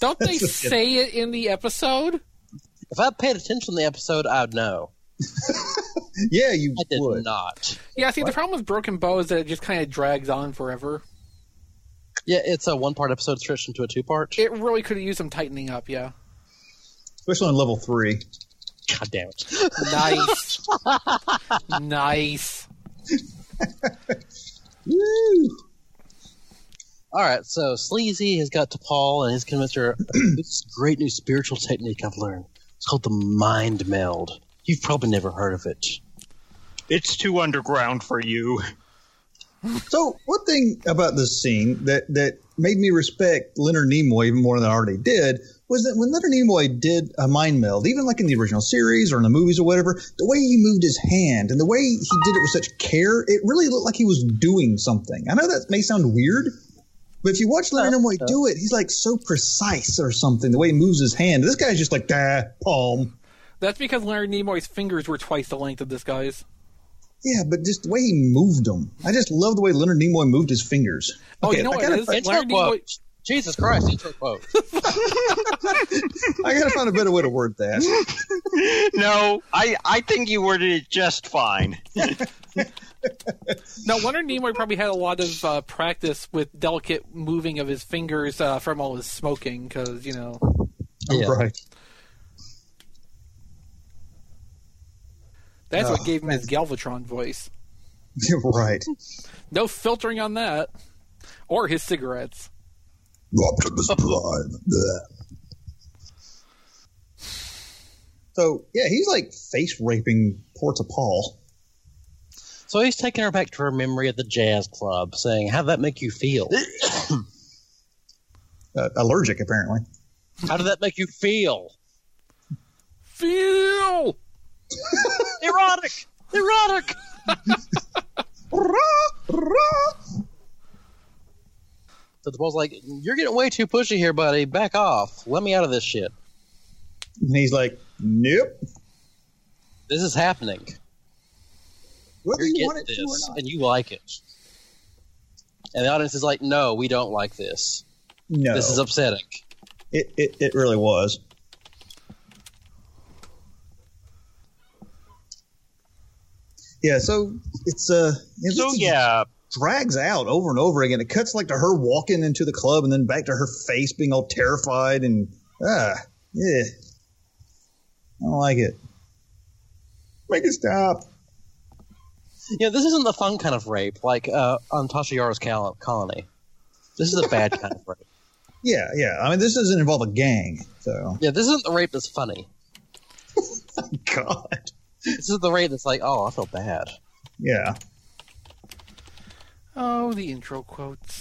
[SPEAKER 1] Don't they
[SPEAKER 3] That's what it-
[SPEAKER 1] say it in the episode?
[SPEAKER 4] If I paid attention to the episode, I'd know.
[SPEAKER 3] Yeah, you
[SPEAKER 4] I did
[SPEAKER 3] would.
[SPEAKER 4] not.
[SPEAKER 1] Yeah, see, the problem with Broken Bow is that it just kind of drags on forever.
[SPEAKER 4] Yeah, it's a one part episode stretched into a two part.
[SPEAKER 1] It really could have used some tightening up, yeah.
[SPEAKER 3] especially on level three.
[SPEAKER 4] God damn it.
[SPEAKER 1] Nice. nice.
[SPEAKER 3] Woo!
[SPEAKER 4] All right, so Sleazy has got to Paul and he's convinced her this great new spiritual technique I've learned. It's called the mind meld. You've probably never heard of it.
[SPEAKER 2] It's too underground for you.
[SPEAKER 3] So one thing about this scene that that made me respect Leonard Nimoy even more than I already did was that when Leonard Nimoy did a mind meld, even like in the original series or in the movies or whatever, the way he moved his hand and the way he did it with such care, it really looked like he was doing something. I know that may sound weird, but if you watch Leonard Nimoy do it, he's like so precise or something. The way he moves his hand, this guy's just like ah, palm.
[SPEAKER 1] That's because Leonard Nimoy's fingers were twice the length of this guy's.
[SPEAKER 3] Yeah, but just the way he moved them, I just love the way Leonard Nimoy moved his fingers.
[SPEAKER 1] Oh,
[SPEAKER 3] Okay,
[SPEAKER 1] you know
[SPEAKER 3] I
[SPEAKER 1] what?
[SPEAKER 3] gotta
[SPEAKER 1] It is?
[SPEAKER 3] fi-
[SPEAKER 4] Intro
[SPEAKER 1] Leonard Nimoy,
[SPEAKER 4] quote. Jesus Christ, intro quote.
[SPEAKER 3] I gotta find a better way to word that.
[SPEAKER 2] No, I, I think you worded it just fine.
[SPEAKER 1] no, Leonard Nimoy probably had a lot of uh, practice with delicate moving of his fingers uh, from all his smoking, because, you know.
[SPEAKER 4] Yeah.
[SPEAKER 3] Right.
[SPEAKER 1] That's
[SPEAKER 3] Oh,
[SPEAKER 1] what gave him his Galvatron voice.
[SPEAKER 3] right.
[SPEAKER 1] No filtering on that. Or his cigarettes.
[SPEAKER 3] Optimus Prime. So yeah, he's like face raping Porta Paul.
[SPEAKER 4] So he's taking her back to her memory at the jazz club, saying, How'd that make you feel?
[SPEAKER 3] Uh, allergic apparently.
[SPEAKER 4] How did that make you feel?
[SPEAKER 1] Feel!
[SPEAKER 4] Erotic! Erotic! So the ball's like, You're getting way too pushy here, buddy. Back off. Let me out of this shit.
[SPEAKER 3] And he's like, nope.
[SPEAKER 4] This is happening.
[SPEAKER 3] Whether
[SPEAKER 4] You're
[SPEAKER 3] you
[SPEAKER 4] getting
[SPEAKER 3] want it to or
[SPEAKER 4] this,
[SPEAKER 3] not.
[SPEAKER 4] and you like it. And the audience is like, no, we don't like this.
[SPEAKER 3] No,
[SPEAKER 4] This is upsetting.
[SPEAKER 3] it, it, it really was. Yeah, so it's uh, it
[SPEAKER 2] So
[SPEAKER 3] just
[SPEAKER 2] yeah,
[SPEAKER 3] drags out over and over again. It cuts like to her walking into the club and then back to her face being all terrified and ah, yeah, I don't like it. Make it stop.
[SPEAKER 4] Yeah, this isn't the fun kind of rape like uh, on Tasha Yara's Col- Colony. This is the bad kind of rape.
[SPEAKER 3] Yeah, yeah. I mean, this doesn't involve a gang, so
[SPEAKER 4] Yeah, this isn't the rape that's funny.
[SPEAKER 3] God,
[SPEAKER 4] This is the rape that's like, oh, I feel bad.
[SPEAKER 3] yeah.
[SPEAKER 1] Oh, the intro quotes.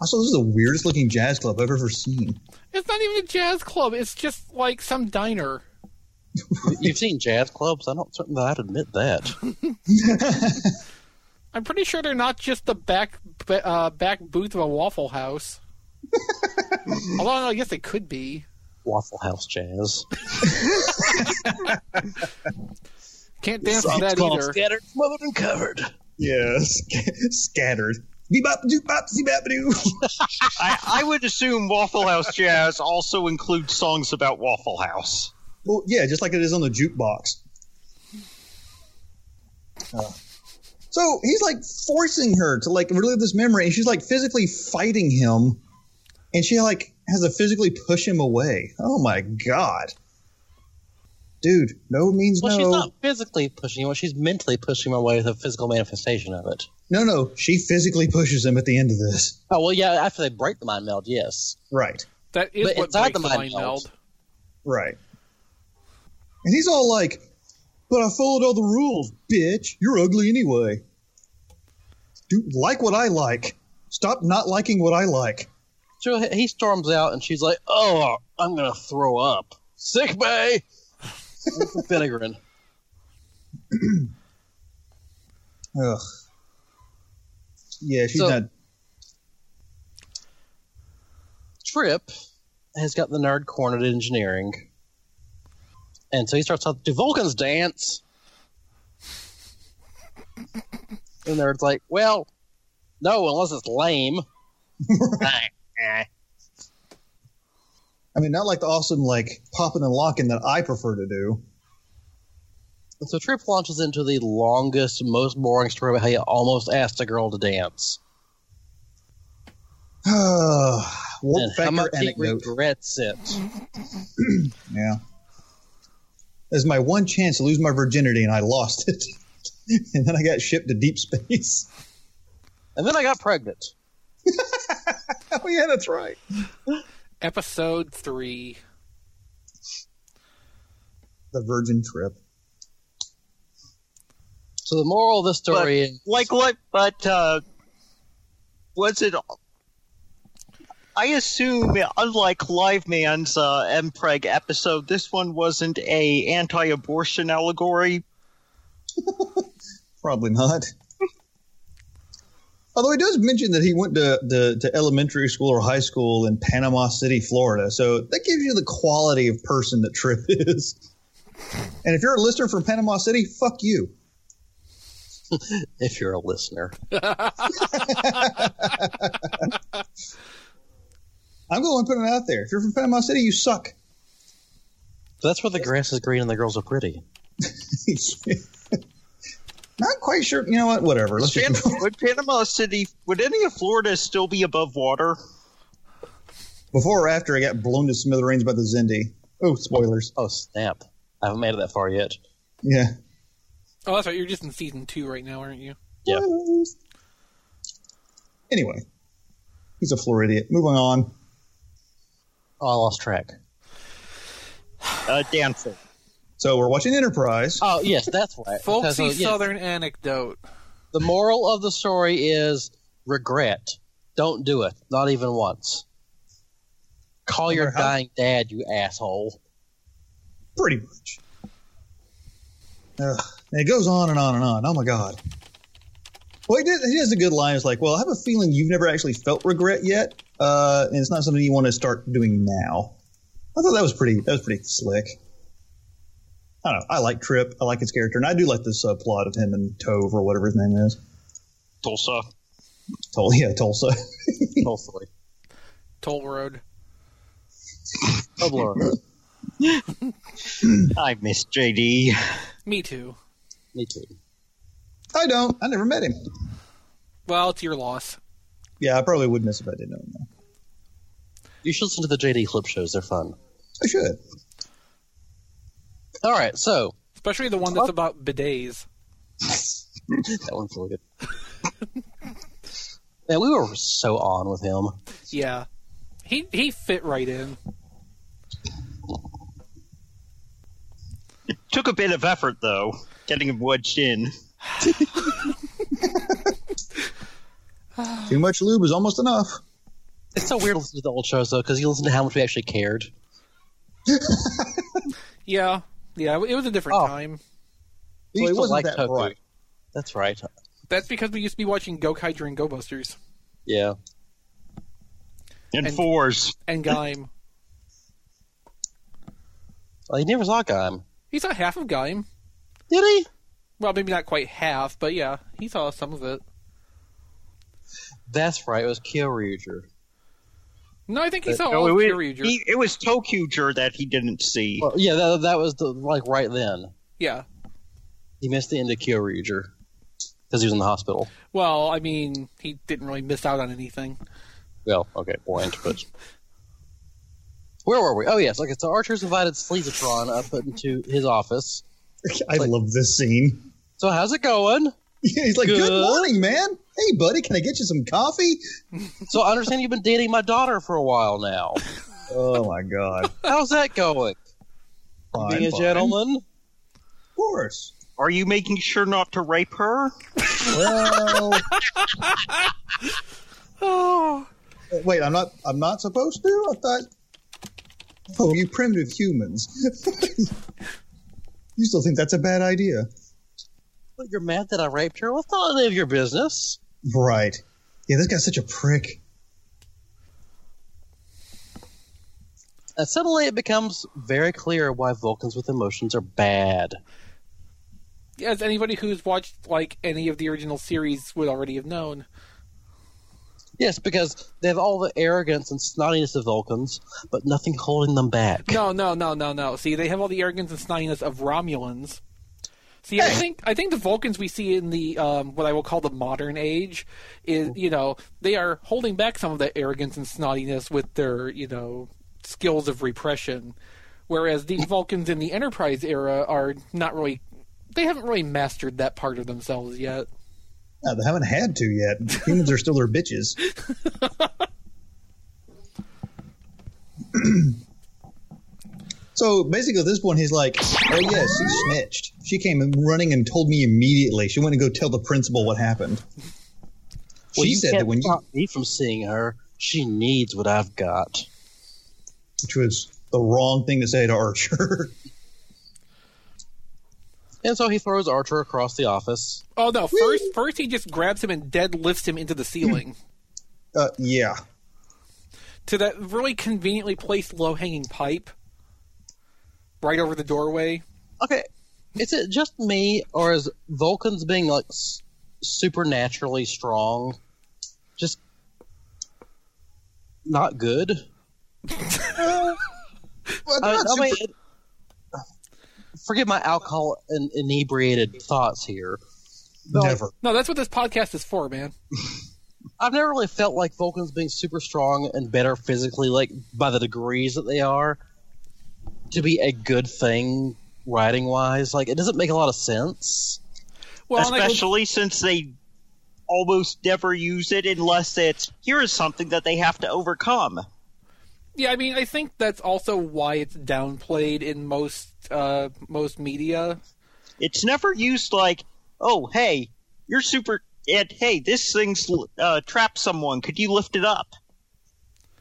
[SPEAKER 3] Also, this is the weirdest looking jazz club I've ever seen.
[SPEAKER 1] it's not even a jazz club. It's just like some diner.
[SPEAKER 4] You've seen jazz clubs. I'm not certain that I'd admit that.
[SPEAKER 1] I'm pretty sure they're not just the back ba- uh, back booth of a Waffle House. Although I guess it could be.
[SPEAKER 4] Waffle House jazz.
[SPEAKER 1] Can't dance to that
[SPEAKER 4] called
[SPEAKER 1] either.
[SPEAKER 4] Scattered, smothered, and covered.
[SPEAKER 3] Yeah, sc- scattered. Bebop, doop, zebop, doo.
[SPEAKER 2] I, I would assume Waffle House jazz also includes songs about Waffle House.
[SPEAKER 3] Well, yeah, just like it is on the jukebox. Uh, so he's like forcing her to like relive this memory, and she's like physically fighting him, and she like has to physically push him away. Oh my god, dude, no means
[SPEAKER 4] Well,
[SPEAKER 3] no.
[SPEAKER 4] she's not physically pushing him. She's mentally pushing him away with a physical manifestation of it.
[SPEAKER 3] No, no, she physically pushes him at the end of this.
[SPEAKER 4] Oh well, yeah. After they break the mind meld, yes.
[SPEAKER 3] Right.
[SPEAKER 1] That is
[SPEAKER 4] But
[SPEAKER 1] what
[SPEAKER 4] inside
[SPEAKER 1] breaks
[SPEAKER 4] the
[SPEAKER 1] the
[SPEAKER 4] mind
[SPEAKER 1] mind
[SPEAKER 4] meld.
[SPEAKER 1] meld.
[SPEAKER 3] Right. And he's all like, but I followed all the rules, bitch. You're ugly anyway. Do like what I like. Stop not liking what I like.
[SPEAKER 4] So he- he storms out, and she's like, "Oh, I'm gonna throw up. Sick bay." Finnegan.
[SPEAKER 3] Ugh. Yeah, she's
[SPEAKER 4] So-
[SPEAKER 3] not.
[SPEAKER 4] Trip has got the nerd cornered in engineering. And so he starts off, do Vulcans dance? And the nerd's like, well, no, unless it's lame.
[SPEAKER 3] I mean, not like the awesome like popping and locking that I prefer to do.
[SPEAKER 4] And so Trip launches into the longest, most boring story about how he almost asked a girl to dance.
[SPEAKER 3] Warp
[SPEAKER 4] and how
[SPEAKER 3] factor
[SPEAKER 4] much he
[SPEAKER 3] anecdote.
[SPEAKER 4] regrets it.
[SPEAKER 3] Yeah. As my one chance to lose my virginity, and I lost it. and then I got shipped to deep space.
[SPEAKER 4] And then I got pregnant.
[SPEAKER 3] oh yeah, that's right.
[SPEAKER 1] Episode three.
[SPEAKER 3] The virgin trip.
[SPEAKER 4] So the moral of the story is
[SPEAKER 2] Like what? But uh, was it? I assume, unlike Live Man's uh, Mpreg episode, this one wasn't a anti-abortion allegory.
[SPEAKER 3] Probably not. Although he does mention that he went to, to, to elementary school or high school in Panama City, Florida. So that gives you the quality of person that Trip is. And if you're a listener from Panama City, fuck you.
[SPEAKER 4] if you're a listener.
[SPEAKER 3] I'm going to put it out there. If you're from Panama City, you suck.
[SPEAKER 4] So that's where the grass is green and the girls are pretty.
[SPEAKER 3] Not quite sure. You know what? Whatever. Let's
[SPEAKER 2] Pan-
[SPEAKER 3] just
[SPEAKER 2] would Panama City, would any of Florida still be above water?
[SPEAKER 3] before or after I got blown to smithereens by the Zindi. Oh, spoilers.
[SPEAKER 4] Oh snap! I haven't made it that far yet.
[SPEAKER 3] Yeah.
[SPEAKER 1] Oh, that's right. You're just in season two right now, aren't you?
[SPEAKER 4] Yeah.
[SPEAKER 3] Spoilers. Anyway, he's a Floridian. Moving on.
[SPEAKER 4] Oh, I lost track.
[SPEAKER 2] Uh, dancing.
[SPEAKER 3] So we're watching Enterprise.
[SPEAKER 4] Oh yes, that's right. Because, uh,
[SPEAKER 1] Folksy
[SPEAKER 4] yes,
[SPEAKER 1] Southern anecdote.
[SPEAKER 4] The moral of the story is regret. Don't do it. Not even once. Call your
[SPEAKER 3] Remember how-
[SPEAKER 4] dying dad, you asshole.
[SPEAKER 3] Pretty much. Ugh. And it goes on and on and on. Oh my god. Well, he, did, he has a good line. It's like, well, I have a feeling you've never actually felt regret yet, uh, and it's not something you want to start doing now. I thought that was pretty. That was pretty slick. I don't know. I like Trip. I like his character, and I do like the subplot of him and Tove or whatever his name is.
[SPEAKER 2] Tulsa.
[SPEAKER 3] Tol- yeah, Tulsa.
[SPEAKER 4] Hopefully.
[SPEAKER 1] Toll Road.
[SPEAKER 4] Oh, Toblerone.
[SPEAKER 2] I miss JD.
[SPEAKER 1] Me too.
[SPEAKER 4] Me too.
[SPEAKER 3] I don't. I never met him.
[SPEAKER 1] Well, it's your loss.
[SPEAKER 3] Yeah, I probably would miss if I didn't know him. Though.
[SPEAKER 4] You should listen to the JD clip shows. They're fun.
[SPEAKER 3] I should.
[SPEAKER 4] All right, so
[SPEAKER 1] Especially the
[SPEAKER 4] Oh.
[SPEAKER 1] one that's about bidets.
[SPEAKER 4] that one's really good. Man, we were so on with him.
[SPEAKER 1] Yeah. He he fit right in.
[SPEAKER 2] Took a bit of effort though, getting him wedged in.
[SPEAKER 3] Too much lube is almost enough.
[SPEAKER 4] It's so weird listening to the old shows though, because you listen to how much we actually cared.
[SPEAKER 1] Yeah. Yeah, it was a different
[SPEAKER 4] Oh.
[SPEAKER 1] time.
[SPEAKER 3] He
[SPEAKER 4] Well, it
[SPEAKER 3] still
[SPEAKER 4] wasn't
[SPEAKER 3] liked
[SPEAKER 4] that
[SPEAKER 3] Toku.
[SPEAKER 4] bright. That's right.
[SPEAKER 1] That's because we used to be watching Gokaiger and GoBusters
[SPEAKER 4] Yeah.
[SPEAKER 2] In
[SPEAKER 1] And-
[SPEAKER 2] fours.
[SPEAKER 1] and Gaim.
[SPEAKER 4] Well, he never saw Gaim.
[SPEAKER 1] he saw half of Gaim.
[SPEAKER 4] Did he?
[SPEAKER 1] Well, maybe not quite half, but yeah, he saw some of it.
[SPEAKER 4] That's right. It was Kyoryuger.
[SPEAKER 1] No, I think he
[SPEAKER 4] But-
[SPEAKER 1] saw all
[SPEAKER 2] No,
[SPEAKER 1] of
[SPEAKER 2] it,
[SPEAKER 1] Kyoryuger.
[SPEAKER 2] he- it was Tokuger that he didn't see.
[SPEAKER 4] Well, yeah, that, that was the, like right then.
[SPEAKER 1] Yeah.
[SPEAKER 4] He missed the end of Kyoryuger because he was in the hospital.
[SPEAKER 1] Well, I mean, he didn't really miss out on anything.
[SPEAKER 4] Well, okay, point, but. Where were we? Oh, yes. Okay, so Archer's invited Sleezatron up into his office.
[SPEAKER 3] I love this scene.
[SPEAKER 4] So, how's it going?
[SPEAKER 3] He's like,
[SPEAKER 4] Good.
[SPEAKER 3] "Good morning, man. Hey, buddy, can I get you some coffee?"
[SPEAKER 4] So, I understand you've been dating my daughter for a while now.
[SPEAKER 3] Oh my god!
[SPEAKER 4] How's that going?
[SPEAKER 3] Fine,
[SPEAKER 4] Being a
[SPEAKER 3] fine.
[SPEAKER 4] gentleman?
[SPEAKER 3] of course.
[SPEAKER 2] Are you making sure not to rape her?
[SPEAKER 3] Well,
[SPEAKER 1] Oh.
[SPEAKER 3] wait, I'm not. I'm not supposed to. I thought. Oh, you primitive humans! you still think that's a bad idea,
[SPEAKER 4] Well, you're mad that I raped her? Well, it's not any of your business.
[SPEAKER 3] right? Yeah, this guy's such a prick.
[SPEAKER 4] And suddenly it becomes very clear why Vulcans with emotions are bad.
[SPEAKER 1] As anybody who's watched like any of the original series would already have known.
[SPEAKER 4] Yes, because they have all the arrogance and snottiness of Vulcans, but nothing holding them back.
[SPEAKER 1] No, no, no, no, no. See, they have all the arrogance and snottiness of Romulans. See, I think I think the Vulcans we see in the um, what I will call the modern age is you know they are holding back some of that arrogance and snottiness with their you know skills of repression, whereas the Vulcans in the Enterprise era are not really they haven't really mastered that part of themselves yet.
[SPEAKER 3] No, they haven't had to yet. Humans are still their bitches. so basically, at this point, he's like, "Oh yes, she snitched. She came in running and told me immediately. She went to go tell the principal what happened."
[SPEAKER 4] Well,
[SPEAKER 3] she
[SPEAKER 4] you
[SPEAKER 3] said
[SPEAKER 4] can't
[SPEAKER 3] that when you,
[SPEAKER 4] stop me from seeing her, she needs what I've got.
[SPEAKER 3] which was the wrong thing to say to Archer.
[SPEAKER 4] And so he throws Archer across the office.
[SPEAKER 1] Oh no! First, first he just grabs him and deadlifts him into the ceiling
[SPEAKER 3] uh, yeah,
[SPEAKER 1] to that really conveniently placed low hanging pipe right over the doorway.
[SPEAKER 4] Okay, is it just me, or is Vulcans being like s- supernaturally strong just not good?
[SPEAKER 3] Well,
[SPEAKER 4] I,
[SPEAKER 3] they're not
[SPEAKER 4] I mean,
[SPEAKER 3] super-
[SPEAKER 4] it- forgive my alcohol and inebriated thoughts here. but, like,
[SPEAKER 3] never.
[SPEAKER 1] No, that's what this podcast is for, man.
[SPEAKER 4] I've never really felt like Vulcans being super strong and better physically, like by the degrees that they are, to be a good thing writing wise. Like it doesn't make a lot of sense.
[SPEAKER 1] Well, and I go-
[SPEAKER 2] Especially since they almost never use it unless it's here is something that they have to overcome.
[SPEAKER 1] yeah, I mean, I think that's also why it's downplayed in most uh, most media.
[SPEAKER 2] It's never used like, oh, hey, you're super. And hey, this thing's uh, trapped someone. Could you lift it up?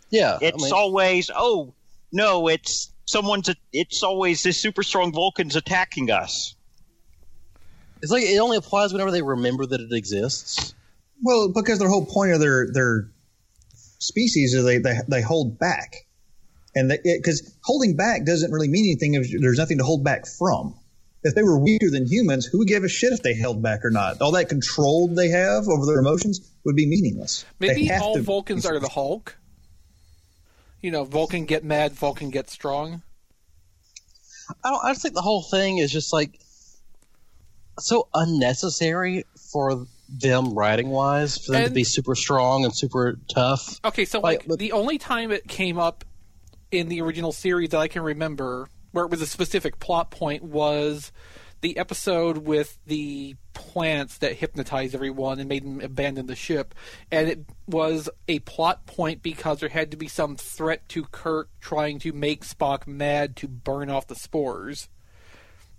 [SPEAKER 4] Yeah, I
[SPEAKER 2] It's
[SPEAKER 4] mean,
[SPEAKER 2] always, oh, no, it's someone's. It's always this super strong Vulcan's attacking us.
[SPEAKER 4] It's like it only applies whenever they remember that it exists.
[SPEAKER 3] Well, because their whole point of their their species is they they, they hold back, and because holding back doesn't really mean anything if there's nothing to hold back from. If they were weaker than humans, who would give a shit if they held back or not? All that control they have over their emotions would be meaningless. They
[SPEAKER 1] Maybe
[SPEAKER 3] have
[SPEAKER 1] all
[SPEAKER 3] to-
[SPEAKER 1] Vulcans are the Hulk. You know, Vulcan get mad, Vulcan get strong.
[SPEAKER 4] I don't. I just think the whole thing is just like so unnecessary for them writing wise for them to
[SPEAKER 1] And-
[SPEAKER 4] be super strong and super tough.
[SPEAKER 1] Okay, so
[SPEAKER 4] Like,
[SPEAKER 1] like
[SPEAKER 4] but-
[SPEAKER 1] the only time it came up in the original series that I can remember where it was a specific plot point was the episode with the plants that hypnotized everyone and made them abandon the ship and it was a plot point because there had to be some threat to Kirk trying to make Spock mad to burn off the spores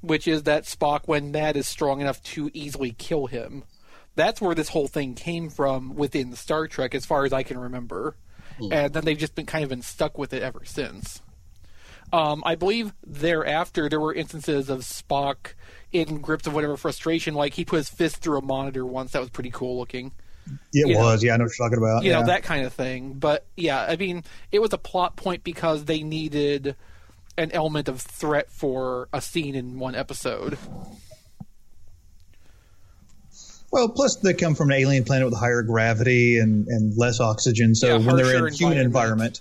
[SPEAKER 1] which is that Spock when mad is strong enough to easily kill him that's where this whole thing came from within Star Trek, as far as I can remember. And then they've just been kind of been stuck with it ever since. Um, I believe thereafter there were instances of Spock in grips of whatever frustration, like he put his fist through a monitor once. That was pretty cool looking
[SPEAKER 3] It
[SPEAKER 1] you know-
[SPEAKER 3] was, yeah, I know what you're talking about.
[SPEAKER 1] you
[SPEAKER 3] yeah.
[SPEAKER 1] know that kind of thing but yeah i mean it was a plot point because they needed an element of threat for a scene in one episode
[SPEAKER 3] Well, plus they come from an alien planet with higher gravity and, and less oxygen, so
[SPEAKER 1] Yeah,
[SPEAKER 3] when they're in
[SPEAKER 1] harsher
[SPEAKER 3] human
[SPEAKER 1] environment.
[SPEAKER 3] environment.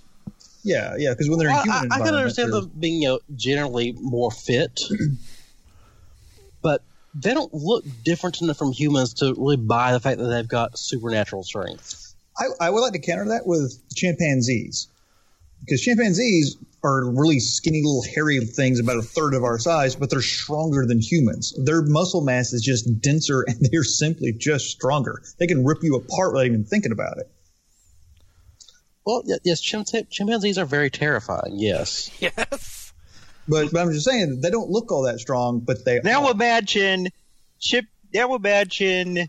[SPEAKER 3] Yeah, yeah, because when they're in
[SPEAKER 4] I,
[SPEAKER 3] human
[SPEAKER 4] I, I
[SPEAKER 3] environment,
[SPEAKER 4] can understand
[SPEAKER 3] they're-
[SPEAKER 4] them being you know, generally more fit, but they don't look different enough from humans to really buy the fact that they've got supernatural strength.
[SPEAKER 3] I, I would like to counter that with chimpanzees because chimpanzees are really skinny little hairy things about a third of our size, but they're stronger than humans. Their muscle mass is just denser and they're simply just stronger. They can rip you apart without even thinking about it.
[SPEAKER 4] Well, y- yes, chimp- chimpanzees are very terrifying. Yes,
[SPEAKER 1] yes
[SPEAKER 3] But, but I'm just saying they don't look all that strong, but they
[SPEAKER 2] Now
[SPEAKER 3] are.
[SPEAKER 2] imagine, chip. Now imagine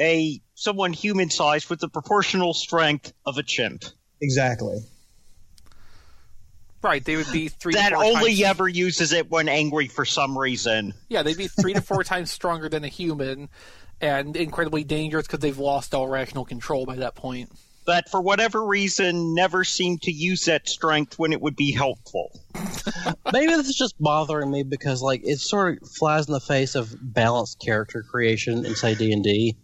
[SPEAKER 2] a someone human sized with the proportional strength of a chimp
[SPEAKER 3] exactly.
[SPEAKER 1] right they would be three
[SPEAKER 2] that
[SPEAKER 1] to four
[SPEAKER 2] only
[SPEAKER 1] times,
[SPEAKER 2] ever uses it when angry for some reason.
[SPEAKER 1] yeah they'd be three to four times stronger than a human and incredibly dangerous because they've lost all rational control by that point
[SPEAKER 2] But for whatever reason, never seem to use that strength when it would be helpful.
[SPEAKER 4] maybe this is just bothering me because like it sort of flies in the face of balanced character creation in say D and D.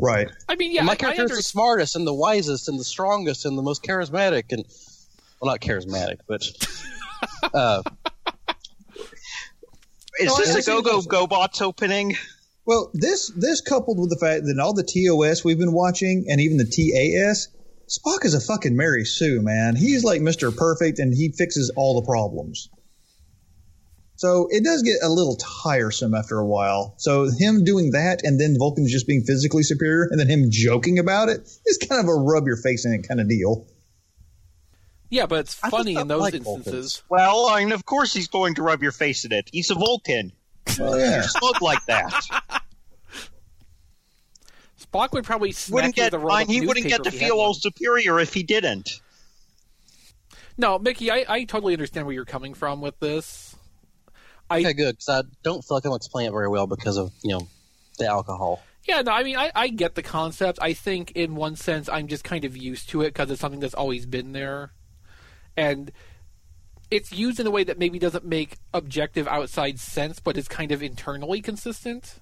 [SPEAKER 3] Right.
[SPEAKER 1] i mean yeah I-
[SPEAKER 4] my
[SPEAKER 1] I
[SPEAKER 4] character is the
[SPEAKER 1] under-
[SPEAKER 4] smartest and the wisest and the strongest and the most charismatic and well, not charismatic, but uh,
[SPEAKER 2] Is
[SPEAKER 3] No, I- I
[SPEAKER 2] this
[SPEAKER 3] see
[SPEAKER 2] a Go Go
[SPEAKER 3] those-
[SPEAKER 2] GoBots opening?
[SPEAKER 3] Well, this this coupled with the fact that all the TOS we've been watching and even the TAS, Spock is a fucking Mary Sue, man. He's like Mr. Perfect and he fixes all the problems. So it does get a little tiresome after a while. So him doing that and then Vulcan's just being physically superior and then him joking about it is kind of a rub your face in it kind of deal.
[SPEAKER 1] yeah but it's
[SPEAKER 4] I just
[SPEAKER 1] funny in
[SPEAKER 4] don't
[SPEAKER 1] those
[SPEAKER 4] like
[SPEAKER 1] instances
[SPEAKER 2] Well, and of course he's going to rub your face in it. He's a Vulcan.
[SPEAKER 3] yeah.
[SPEAKER 2] Just look like that.
[SPEAKER 1] spock would probably smack
[SPEAKER 2] wouldn't
[SPEAKER 1] you
[SPEAKER 2] get.
[SPEAKER 1] with a roll
[SPEAKER 2] and
[SPEAKER 1] of
[SPEAKER 2] he wouldn't
[SPEAKER 1] newspaper
[SPEAKER 2] get to
[SPEAKER 1] if he had
[SPEAKER 2] feel
[SPEAKER 1] one.
[SPEAKER 2] all superior if he didn't.
[SPEAKER 1] no mickey I, I totally understand where you're coming from with this
[SPEAKER 4] okay, good because I don't feel like I'm explaining it very well because of you know the alcohol.
[SPEAKER 1] Yeah, no, I mean, I, I get the concept. I think, in one sense, I'm just kind of used to it because it's something that's always been there. And it's used in a way that maybe doesn't make objective outside sense, but is kind of internally consistent.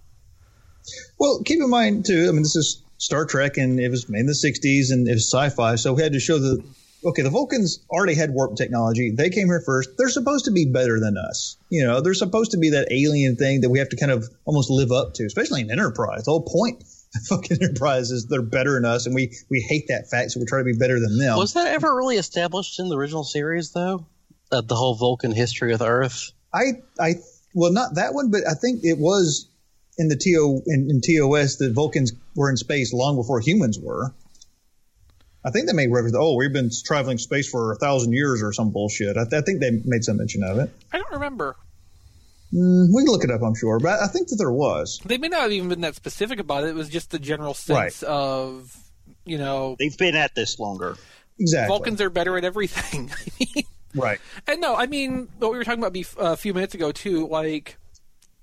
[SPEAKER 3] Well, keep in mind too. I mean, this is Star Trek, and it was made in the '60s, and it was sci-fi, so we had to show the okay. The Vulcans already had warp technology. They came here first. They're supposed to be better than us. You know, they're supposed to be that alien thing that we have to kind of almost live up to, especially in Enterprise. The whole point. of Fucking Enterprise is they're better than us, and we we hate that fact, so we try to be better than them.
[SPEAKER 4] Was that ever really established in the original series though? Uh, the whole Vulcan history with Earth.
[SPEAKER 3] I I well not that one, but I think it was in the TO in, in TOS that Vulcans were in space long before humans were. I think they made reference. Oh, we've been traveling space for a thousand years or some bullshit. I, I think they made some mention of it.
[SPEAKER 1] I don't remember.
[SPEAKER 3] Mm, we can look it up, I'm sure, but I, I think that there was.
[SPEAKER 1] They may not have even been that specific about it. It was just the general sense of, you know,
[SPEAKER 2] They've been at this longer.
[SPEAKER 3] Exactly.
[SPEAKER 1] Vulcans are better at everything. I mean,
[SPEAKER 3] right?
[SPEAKER 1] uh, And no, I mean what we were talking about bef- a few minutes ago too. Like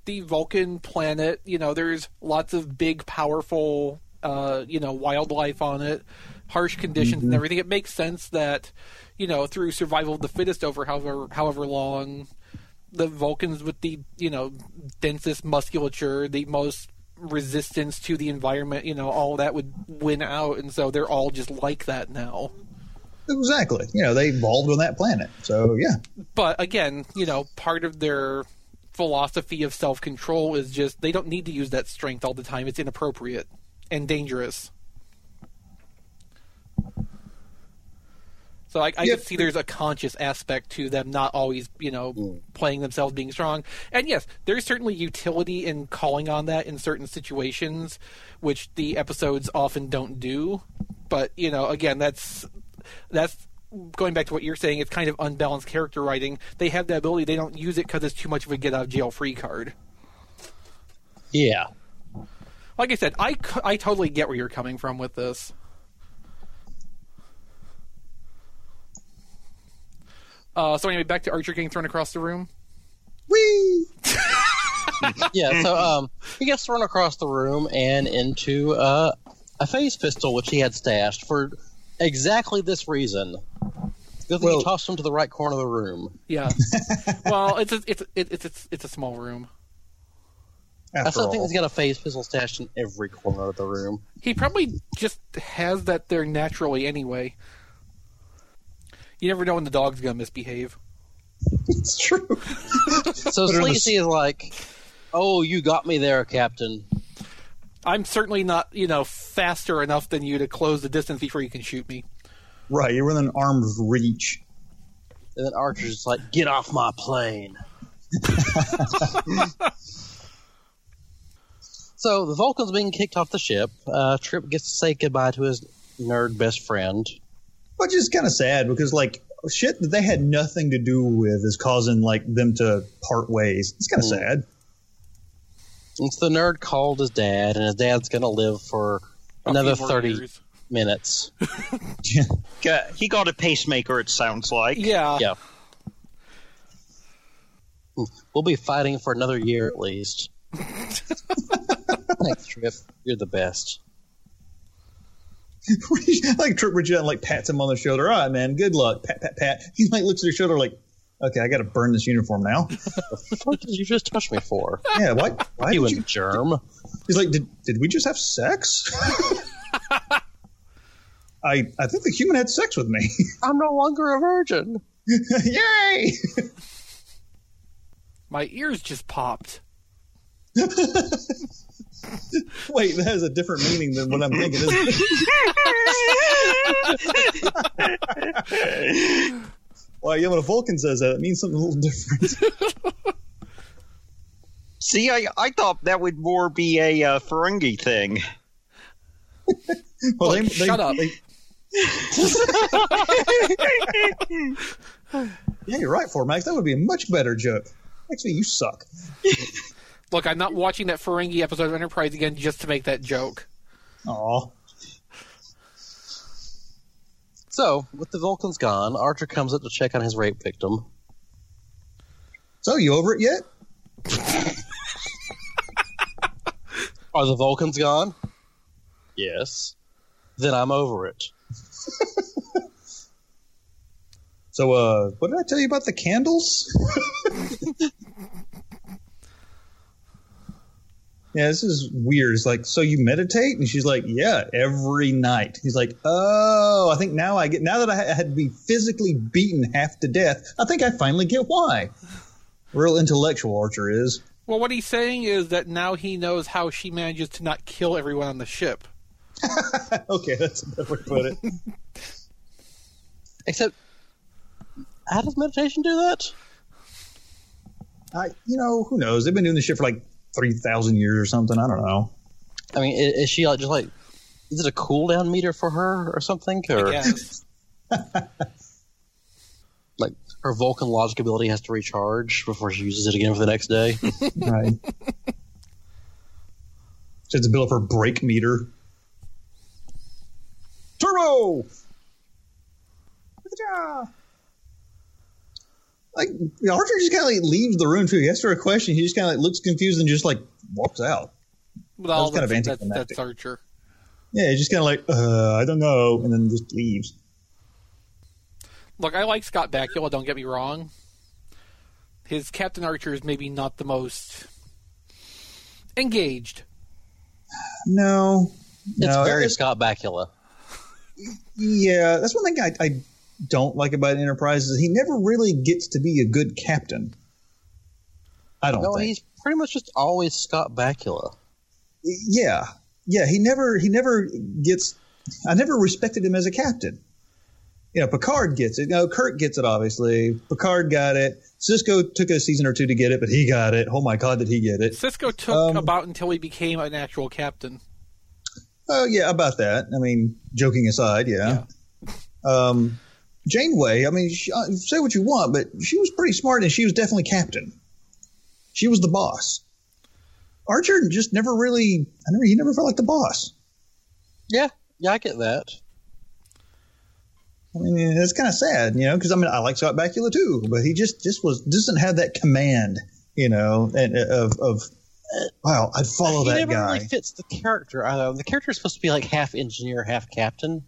[SPEAKER 1] the Vulcan planet, you know, there's lots of big, powerful, uh, you know, wildlife on it, harsh conditions and everything. It makes sense that, you know, through survival of the fittest over however however long, the Vulcans with the you know densest musculature, the most resistance to the environment, you know, all that would win out, and so they're all just like that now.
[SPEAKER 3] Exactly. You know, they evolved on that planet. So yeah.
[SPEAKER 1] but again, you know, part of their philosophy of self control is just they don't need to use that strength all the time. It's inappropriate and dangerous. So I, I
[SPEAKER 3] Yep.
[SPEAKER 1] can see there's a conscious aspect to them not always, you know, playing themselves being strong. And yes, there's certainly utility in calling on that in certain situations, which the episodes often don't do. But you know, again, that's that's going back to what you're saying. It's kind of unbalanced character writing. They have that ability, they don't use it because it's too much of a get out of jail free card.
[SPEAKER 4] Yeah.
[SPEAKER 1] Like I said, I c- I totally get where you're coming from with this. Uh, so anyway, back to Archer getting thrown across the room.
[SPEAKER 4] Yeah, so um, he gets thrown across the room and into uh, a phase pistol, which he had stashed for exactly this reason. Good thing
[SPEAKER 3] Well-
[SPEAKER 4] he tossed him to the right corner of the room.
[SPEAKER 1] Yeah. well, it's a, it's a, it- it's it's it's a small room.
[SPEAKER 4] I
[SPEAKER 3] After
[SPEAKER 4] still think
[SPEAKER 3] all.
[SPEAKER 4] he's got a phase pistol stashed in every corner of the room.
[SPEAKER 1] He probably just has that there naturally anyway. You never know when the dog's gonna misbehave.
[SPEAKER 3] It's true.
[SPEAKER 4] So
[SPEAKER 3] it on the
[SPEAKER 4] Sleazy is like, "Oh, you got me there, Captain."
[SPEAKER 1] I'm certainly not, you know, faster enough than you to close the distance before you can shoot me.
[SPEAKER 3] Right. You're within arm's reach.
[SPEAKER 4] And then Archer's just like, "Get off my plane." so the Vulcan's being kicked off the ship. Uh, Trip gets to say goodbye to his nerd best friend.
[SPEAKER 3] Which is kind of sad because like shit that they had nothing to do with is causing like them to part ways. It's kind of
[SPEAKER 4] Mm.
[SPEAKER 3] sad.
[SPEAKER 4] And so the nerd called his dad, and his dad's gonna live for another
[SPEAKER 1] A few more
[SPEAKER 4] thirty
[SPEAKER 1] years.
[SPEAKER 4] minutes.
[SPEAKER 2] Got- He got a pacemaker, it sounds like.
[SPEAKER 1] Yeah.
[SPEAKER 4] Yeah. We'll be fighting for another year at least. Thanks, Trip. You're the best.
[SPEAKER 3] like Trip Regent like pats him on the shoulder. All right, man, good luck. Pat, pat, pat. He like looks at his shoulder like, okay, I got to burn this uniform now.
[SPEAKER 4] What did you just touch me for?
[SPEAKER 3] yeah, what? Why
[SPEAKER 4] you
[SPEAKER 3] did
[SPEAKER 4] a
[SPEAKER 3] you?
[SPEAKER 4] germ.
[SPEAKER 3] He's like, did, did we just have sex? I I think the human had sex with me.
[SPEAKER 4] I'm no longer a virgin.
[SPEAKER 3] Yay!
[SPEAKER 1] My ears just popped.
[SPEAKER 3] Wait, that has a different meaning than what I'm thinking. isn't it? well, yeah, when a Vulcan says that, it means something a little different.
[SPEAKER 2] See, I, I thought that would more be a uh, Ferengi thing.
[SPEAKER 3] Well,
[SPEAKER 1] Look, shut up.
[SPEAKER 3] yeah, you're right, Four Max. That would be a much better joke. Actually, you suck.
[SPEAKER 1] Look, I'm not watching that Ferengi episode of Enterprise again just to make that joke.
[SPEAKER 3] Aw.
[SPEAKER 4] So, with the Vulcans gone, Archer comes up to check on his rape victim.
[SPEAKER 3] So you over it yet?
[SPEAKER 4] Are the Vulcans gone? Yes. Then I'm over it.
[SPEAKER 3] So uh, what did I tell you about the candles? yeah, this is weird. It's like, so you meditate? And she's like, yeah, every night. He's like, oh, I think now I get. Now that I ha- had to be physically beaten half to death, I think I finally get why. Real intellectual Archer is.
[SPEAKER 1] Well, what he's saying is that now he knows how she manages to not kill everyone on the ship.
[SPEAKER 3] Okay, that's a better way to put it.
[SPEAKER 4] Except, how does meditation do that?
[SPEAKER 3] I, you know, who knows? They've been doing this shit for like three thousand years or something. I don't know.
[SPEAKER 4] I mean, is, is she like just like, is it a cooldown meter for her or something? Or
[SPEAKER 1] Yes.
[SPEAKER 4] like her Vulcan logic ability has to recharge before she uses it again for the next day?
[SPEAKER 3] Right. she has to build up her brake meter. Turbo! like Archer just kind of like leaves the room too. He asks her a question. He just kind of like looks confused and just like walks out.
[SPEAKER 1] Well,
[SPEAKER 3] That was kind of
[SPEAKER 1] that's, that's,
[SPEAKER 3] anticlimactic.
[SPEAKER 1] that's Archer.
[SPEAKER 3] Yeah, he's just kind of like, uh, I don't know, and then just leaves.
[SPEAKER 1] Look, I like Scott Bakula. Don't get me wrong. His Captain Archer is maybe not the most engaged.
[SPEAKER 3] No,
[SPEAKER 4] It's
[SPEAKER 3] no,
[SPEAKER 4] very
[SPEAKER 3] it's-
[SPEAKER 4] Scott Bakula.
[SPEAKER 3] yeah. That's one thing I, I don't like about Enterprise is he never really gets to be a good captain. I don't.
[SPEAKER 4] No,
[SPEAKER 3] think.
[SPEAKER 4] he's pretty much just always Scott Bakula.
[SPEAKER 3] yeah yeah he never he never gets i never respected him as a captain you know picard gets it no kirk gets it obviously picard got it cisco took a season or two to get it but he got it oh my god did he get it
[SPEAKER 1] Cisco took
[SPEAKER 3] Um,
[SPEAKER 1] about until he became an actual captain.
[SPEAKER 3] oh yeah about that i mean joking aside yeah, um janeway i mean she, uh, say what you want but she was pretty smart and she was definitely captain she was the boss archer just never really i never he never felt like the boss
[SPEAKER 4] Yeah, yeah, I get that.
[SPEAKER 3] I mean, it's kind of sad, you know, because I mean, I like Scott Bakula too, but he just just was doesn't have that command, you know, and uh, of of wow, I'd follow
[SPEAKER 4] he
[SPEAKER 3] that
[SPEAKER 4] never
[SPEAKER 3] guy.
[SPEAKER 4] really fits the character. Uh, the character is supposed to be like half engineer, half captain.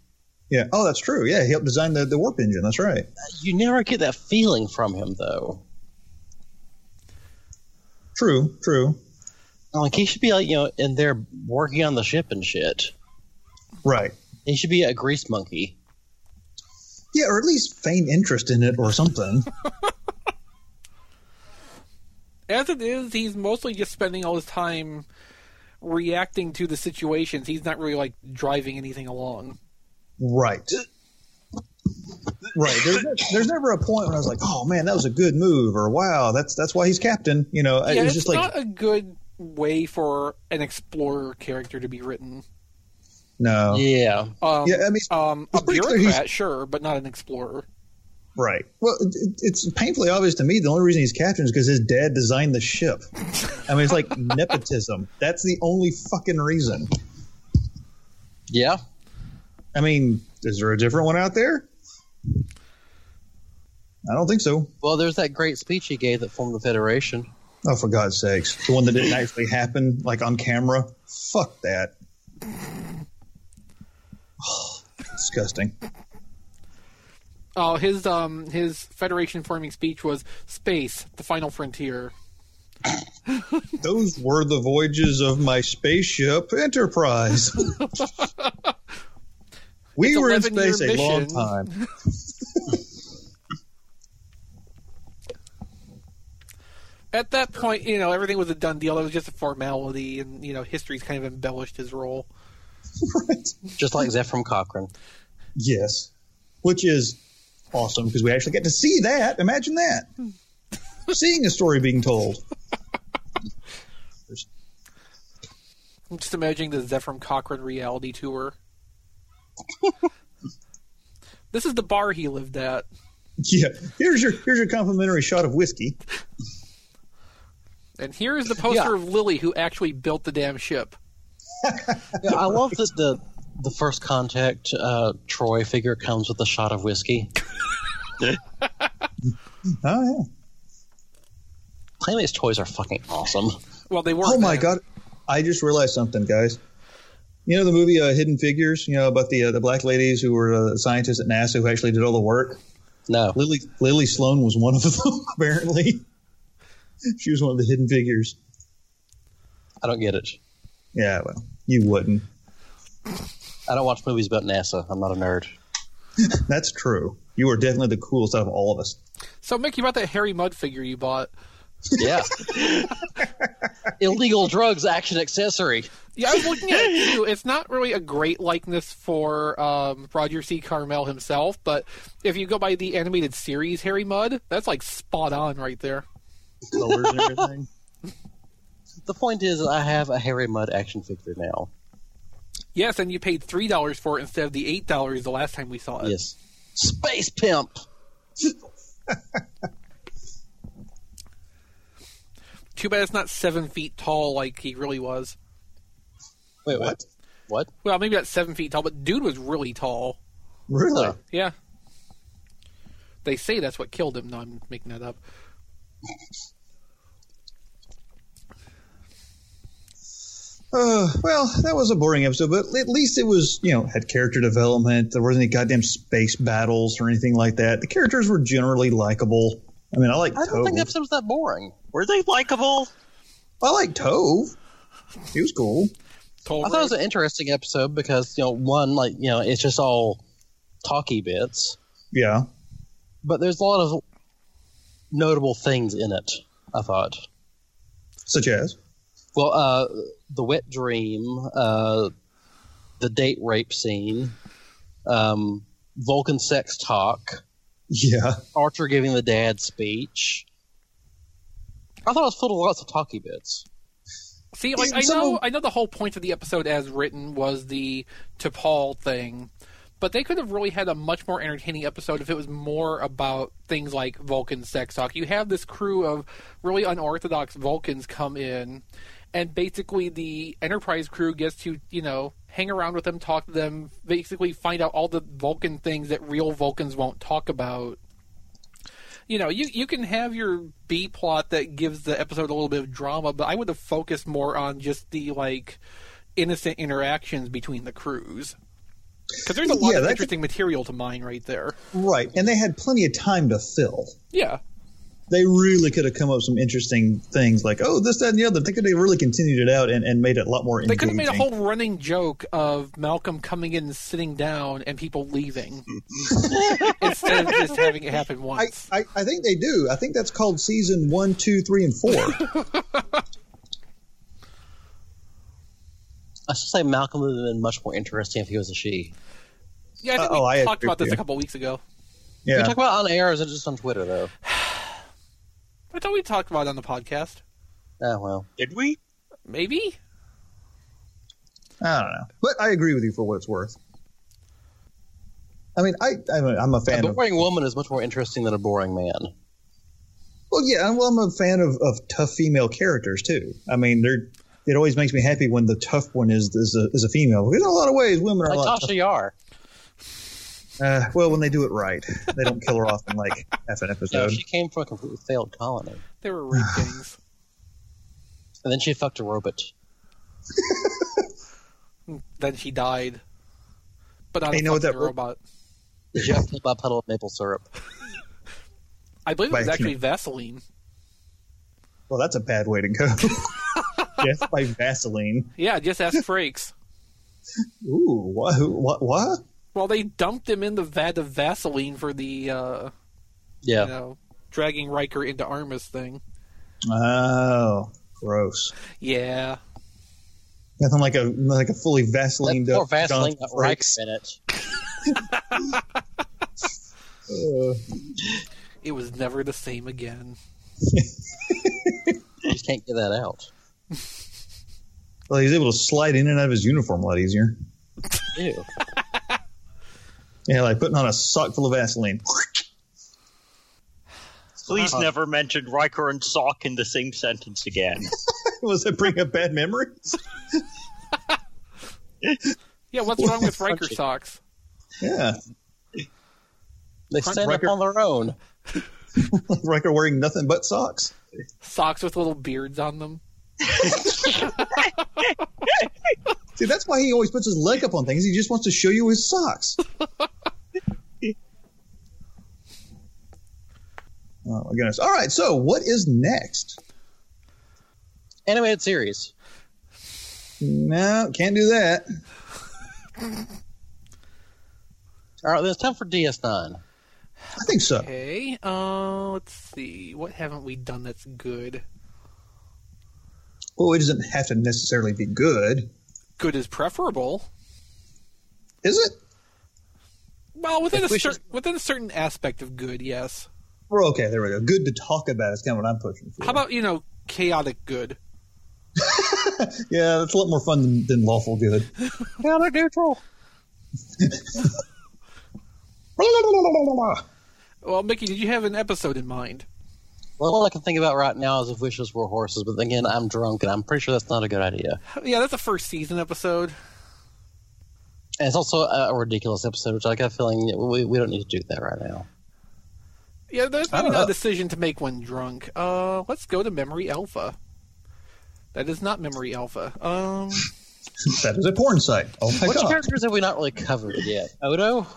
[SPEAKER 3] yeah. Oh, that's true. Yeah, he helped design the, the warp engine. That's right.
[SPEAKER 4] You never get that feeling from him, though.
[SPEAKER 3] True. True.
[SPEAKER 4] Like he should be like you know, in there working on the ship and shit.
[SPEAKER 3] Right.
[SPEAKER 4] He should be a grease monkey.
[SPEAKER 3] Yeah, or at least feign interest in it or something.
[SPEAKER 1] As it is, he's mostly just spending all his time reacting to the situations. He's not really like driving anything along.
[SPEAKER 3] right. Right. There's, ne- there's never a point when I was like, oh man, that was a good move, or wow, that's that's why he's captain. You know,
[SPEAKER 1] yeah,
[SPEAKER 3] it was
[SPEAKER 1] it's
[SPEAKER 3] Uh, just like
[SPEAKER 1] not a good way for an explorer character to be written.
[SPEAKER 3] no. Yeah,
[SPEAKER 4] Yeah,
[SPEAKER 1] Um,
[SPEAKER 3] I mean,
[SPEAKER 1] um, a
[SPEAKER 3] It's pretty clear he's-
[SPEAKER 1] bureaucrat, sure, but not an explorer.
[SPEAKER 3] Right. Well, it, it- it's painfully obvious to me. The only reason he's captain is because his dad designed the ship. I mean, it's like nepotism. That's the only fucking reason.
[SPEAKER 4] yeah.
[SPEAKER 3] I mean, is there a different one out there? I don't think so.
[SPEAKER 4] Well, there's that great speech he gave that formed the Federation.
[SPEAKER 3] Oh, for God's sakes. The one that didn't actually happen, like on camera. Fuck that. Disgusting.
[SPEAKER 1] Oh, his um, his Federation forming speech was space, the final frontier.
[SPEAKER 3] Those were the voyages of my spaceship Enterprise. we
[SPEAKER 1] It's
[SPEAKER 3] were in
[SPEAKER 1] 11-year
[SPEAKER 3] space a long
[SPEAKER 1] mission.
[SPEAKER 3] time.
[SPEAKER 1] At that point, you know everything was a done deal. It was just a formality, and you know history's kind of embellished his role.
[SPEAKER 3] Right.
[SPEAKER 4] Just like Zephram Cochrane.
[SPEAKER 3] Yes. Which is awesome because we actually get to see that. Imagine that.
[SPEAKER 1] Hmm.
[SPEAKER 3] Seeing a story being told.
[SPEAKER 1] I'm just imagining the Zephram Cochrane reality tour. this is the bar he lived at.
[SPEAKER 3] Yeah. Here's your here's your complimentary shot of whiskey.
[SPEAKER 1] And here is the poster of Lily, who actually built the damn ship.
[SPEAKER 4] Yeah, I love that the the first contact uh, Troy figure comes with a shot of whiskey.
[SPEAKER 3] Oh yeah.
[SPEAKER 4] Playmates toys are fucking awesome.
[SPEAKER 1] Well, they were.
[SPEAKER 3] Oh my
[SPEAKER 1] then.
[SPEAKER 3] god. I just realized something, guys. You know the movie uh, Hidden Figures, you know about the uh, the black ladies who were uh, scientists at NASA who actually did all the work?
[SPEAKER 4] No,
[SPEAKER 3] Lily Lily Sloan was one of them apparently. she was one of the hidden figures.
[SPEAKER 4] I don't get it.
[SPEAKER 3] Yeah, well, you wouldn't.
[SPEAKER 4] I don't watch movies about NASA. I'm not a nerd.
[SPEAKER 3] That's true. You are definitely the coolest out of all of us.
[SPEAKER 1] So, Mick, you bought that Harry Mudd figure you bought.
[SPEAKER 4] Yeah. Illegal drugs action accessory.
[SPEAKER 1] Yeah, I was looking at it too. It's not really a great likeness for um, Roger C. Carmel himself, but if you go by the animated series Harry Mudd, that's like spot on right there.
[SPEAKER 3] Colors and everything.
[SPEAKER 4] The point is, I have a Harry Mudd action figure now.
[SPEAKER 1] Yes, and you paid three dollars for it instead of the eight dollars the last time we saw
[SPEAKER 2] Uh,
[SPEAKER 1] it.
[SPEAKER 4] Yes. Space pimp.
[SPEAKER 1] Too bad it's not seven feet tall like he really was.
[SPEAKER 4] Wait, what? What?
[SPEAKER 1] Well,
[SPEAKER 4] Oh.
[SPEAKER 1] maybe not seven feet tall, but dude was really tall.
[SPEAKER 3] Really?
[SPEAKER 4] Huh.
[SPEAKER 1] Yeah. They say that's what killed him. No, I'm making that up.
[SPEAKER 3] Uh, well, that was a boring episode, but at least it was, you know, had character development. There wasn't any goddamn space battles or anything like that. The characters were generally likable. I mean, I like
[SPEAKER 4] I don't think
[SPEAKER 3] Tove.
[SPEAKER 4] the episode was that boring.
[SPEAKER 2] Were they likable?
[SPEAKER 3] I like Tove. He was cool.
[SPEAKER 1] Toll
[SPEAKER 4] I thought it was an interesting episode because you know, one like you know, it's just all talky bits,
[SPEAKER 3] Yeah.
[SPEAKER 4] but there's a lot of notable things in it. I thought.
[SPEAKER 3] Such as?
[SPEAKER 4] Well, uh, the wet dream, uh, the date rape scene, um, Vulcan sex talk,
[SPEAKER 3] Yeah.
[SPEAKER 4] Archer giving the dad speech. I thought it was full of lots of talky bits.
[SPEAKER 1] See, like I
[SPEAKER 3] Some
[SPEAKER 1] know,
[SPEAKER 3] of-
[SPEAKER 1] I know the whole point of the episode as written was the to Paul thing, but they could have really had a much more entertaining episode if it was more about things like Vulcan sex talk. You have this crew of really unorthodox Vulcans come in, and basically the Enterprise crew gets to you know hang around with them, talk to them, basically find out all the Vulcan things that real Vulcans won't talk about you know, you you can have your B plot that gives the episode a little bit of drama, but I would have focused more on just the like innocent interactions between the crews. Because there's a lot
[SPEAKER 3] Yeah,
[SPEAKER 1] of
[SPEAKER 3] that
[SPEAKER 1] interesting material to mine right there.
[SPEAKER 3] Right. And they had plenty of time to fill.
[SPEAKER 1] Yeah,
[SPEAKER 3] They really could have come up with some interesting things like, oh, this, that, and the other. They could have really continued it out and, and made it a lot more
[SPEAKER 1] they could have
[SPEAKER 3] engaging.
[SPEAKER 1] made a whole running joke of Malcolm coming in and sitting down and people leaving instead of just having it happen
[SPEAKER 3] I,
[SPEAKER 1] once.
[SPEAKER 3] I, I think they do. I think that's called season one, two, three, and four.
[SPEAKER 4] I should say Malcolm would have been much more interesting if he was a she.
[SPEAKER 1] yeah, I think
[SPEAKER 3] Uh-oh,
[SPEAKER 1] we
[SPEAKER 3] Uh, oh, I
[SPEAKER 1] talked
[SPEAKER 3] agree
[SPEAKER 1] about
[SPEAKER 3] with
[SPEAKER 1] this a
[SPEAKER 3] you.
[SPEAKER 1] couple weeks ago.
[SPEAKER 4] We
[SPEAKER 3] yeah.
[SPEAKER 4] talk about it on air, or is it just on Twitter though?
[SPEAKER 1] I thought we talked about it on the podcast.
[SPEAKER 4] Oh well.
[SPEAKER 2] Did we?
[SPEAKER 1] Maybe.
[SPEAKER 3] I don't know, but I agree with you for what it's worth. I mean, I I'm a, I'm a
[SPEAKER 4] A
[SPEAKER 3] fan of
[SPEAKER 4] boring woman is much more interesting than a boring man.
[SPEAKER 3] well, yeah, well, I'm a fan of, of tough female characters too. I mean, they're it always makes me happy when the tough one is is a, is a female. Because in a lot of ways, women are a
[SPEAKER 4] Like
[SPEAKER 3] lot.
[SPEAKER 4] Tasha Yar.
[SPEAKER 3] Uh, well, when they do it right, they don't kill her off in like half an
[SPEAKER 4] No,
[SPEAKER 3] episode.
[SPEAKER 4] she came from a completely failed colony,
[SPEAKER 1] There were rape gangs.
[SPEAKER 4] and then she fucked a robot.
[SPEAKER 1] Then she died. But on
[SPEAKER 3] Hey,
[SPEAKER 1] a
[SPEAKER 3] you know what
[SPEAKER 1] fucking
[SPEAKER 3] that-
[SPEAKER 1] robot.
[SPEAKER 4] Just by a puddle of maple syrup.
[SPEAKER 1] I believe it was
[SPEAKER 3] Vaseline.
[SPEAKER 1] actually Vaseline.
[SPEAKER 3] Well, that's a bad way to go. Death by Vaseline.
[SPEAKER 1] Yeah, just ask Frakes.
[SPEAKER 3] Ooh, what? What? What?
[SPEAKER 1] Well, they dumped him in the vat of Vaseline for the, uh,
[SPEAKER 4] Yeah.
[SPEAKER 1] you know, dragging Riker into Armus thing.
[SPEAKER 3] Oh, gross.
[SPEAKER 1] Yeah.
[SPEAKER 3] Nothing like a like a fully Vaseline.
[SPEAKER 4] That poor Vaseline got Rex in it.
[SPEAKER 3] uh,
[SPEAKER 1] It was never the same again.
[SPEAKER 4] You just can't get that out.
[SPEAKER 3] Well, he's able to slide in and out of his uniform a lot easier.
[SPEAKER 4] Ew.
[SPEAKER 3] Yeah, like putting on a sock full of Vaseline.
[SPEAKER 2] Please
[SPEAKER 1] Uh-huh.
[SPEAKER 2] never mention Riker and Sock in the same sentence again.
[SPEAKER 3] Was that bring up bad memories?
[SPEAKER 1] Yeah, what's wrong with Riker
[SPEAKER 4] Crunchy.
[SPEAKER 1] socks?
[SPEAKER 3] Yeah,
[SPEAKER 4] They stand
[SPEAKER 3] Riker.
[SPEAKER 4] up on their own.
[SPEAKER 3] Riker wearing nothing but socks.
[SPEAKER 1] Socks with little beards on them.
[SPEAKER 3] See, that's why he always puts his leg up on things. He just wants to show you his socks. oh my goodness! All right, so what is next?
[SPEAKER 4] Animated series.
[SPEAKER 3] No, can't do that.
[SPEAKER 4] All right, then it's time for DS9.
[SPEAKER 3] I think so.
[SPEAKER 1] Okay. Uh, let's see. What haven't we done that's good?
[SPEAKER 3] Well, it doesn't have to necessarily be good,
[SPEAKER 1] Good is preferable.
[SPEAKER 3] is it?
[SPEAKER 1] Well, within a
[SPEAKER 4] If we
[SPEAKER 1] cer-
[SPEAKER 4] should-
[SPEAKER 1] within a certain aspect of good, yes.
[SPEAKER 3] Well, okay, there we go. Good to talk about is kind of what I'm pushing for.
[SPEAKER 1] How about you know chaotic good?
[SPEAKER 3] Yeah, that's a lot more fun than, than lawful good.
[SPEAKER 4] Counter neutral.
[SPEAKER 1] Well, Mickey, did you have an episode in mind?
[SPEAKER 4] Well, all I can think about right now is if wishes were horses, but then again, I'm drunk, and I'm pretty sure that's not a good idea.
[SPEAKER 1] Yeah, that's a first season episode.
[SPEAKER 4] And it's also a, a ridiculous episode, which I got a feeling we, we don't need to do that right now.
[SPEAKER 1] Yeah, that's
[SPEAKER 3] I
[SPEAKER 1] maybe
[SPEAKER 3] don't
[SPEAKER 1] not a
[SPEAKER 3] know.
[SPEAKER 1] decision to make when drunk. Uh, let's go to Memory Alpha. That is not Memory Alpha. Um,
[SPEAKER 3] That is a porn site. Oh my
[SPEAKER 4] Which
[SPEAKER 3] god!
[SPEAKER 4] characters have we not really covered yet? Odo?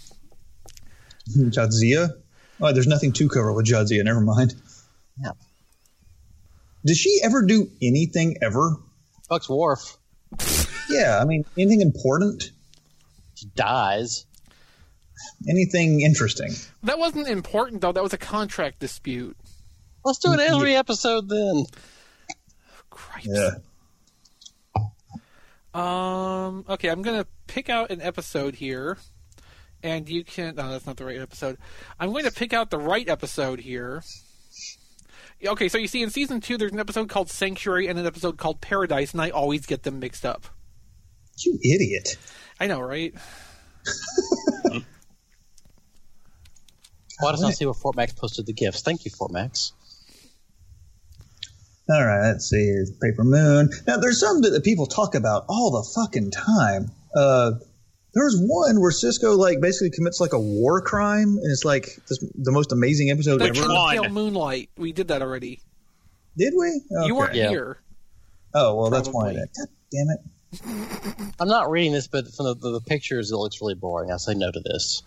[SPEAKER 3] Jadzia? Oh, there's nothing to cover with Jadzia. Never mind.
[SPEAKER 4] Yeah.
[SPEAKER 3] Does she ever do anything ever?
[SPEAKER 4] Fucks Worf.
[SPEAKER 3] Yeah, I mean, anything important?
[SPEAKER 4] She dies.
[SPEAKER 3] Anything interesting?
[SPEAKER 1] that wasn't important though. That was a contract dispute.
[SPEAKER 4] Let's do an every episode then.
[SPEAKER 1] Christ.
[SPEAKER 3] Yeah.
[SPEAKER 1] Um. Okay, I'm gonna pick out an episode here, and you can. No, that's not the right episode. I'm going to pick out the right episode here. Okay, so you see, in season two, there's an episode called Sanctuary and an episode called Paradise, and I always get them mixed up.
[SPEAKER 3] You idiot.
[SPEAKER 1] I know, right?
[SPEAKER 4] Why does not see what Fort Max posted the gifts? Thank you, Fort Max.
[SPEAKER 3] All right, let's see. Here's Paper Moon. Now, there's some that that people talk about all the fucking time. Uh, there's one where Cisco like basically commits like a war crime, and it's like this, the most amazing episode
[SPEAKER 1] The
[SPEAKER 2] one?
[SPEAKER 3] ever.
[SPEAKER 1] Turnstile Moonlight. We did that already.
[SPEAKER 3] Did we?
[SPEAKER 1] You weren't
[SPEAKER 3] Okay.
[SPEAKER 4] Yeah.
[SPEAKER 1] here.
[SPEAKER 3] Oh well, that's why.
[SPEAKER 1] Probably.
[SPEAKER 3] God damn it.
[SPEAKER 4] I'm not reading this, but from the, the, the pictures, it looks really boring. I say no to this.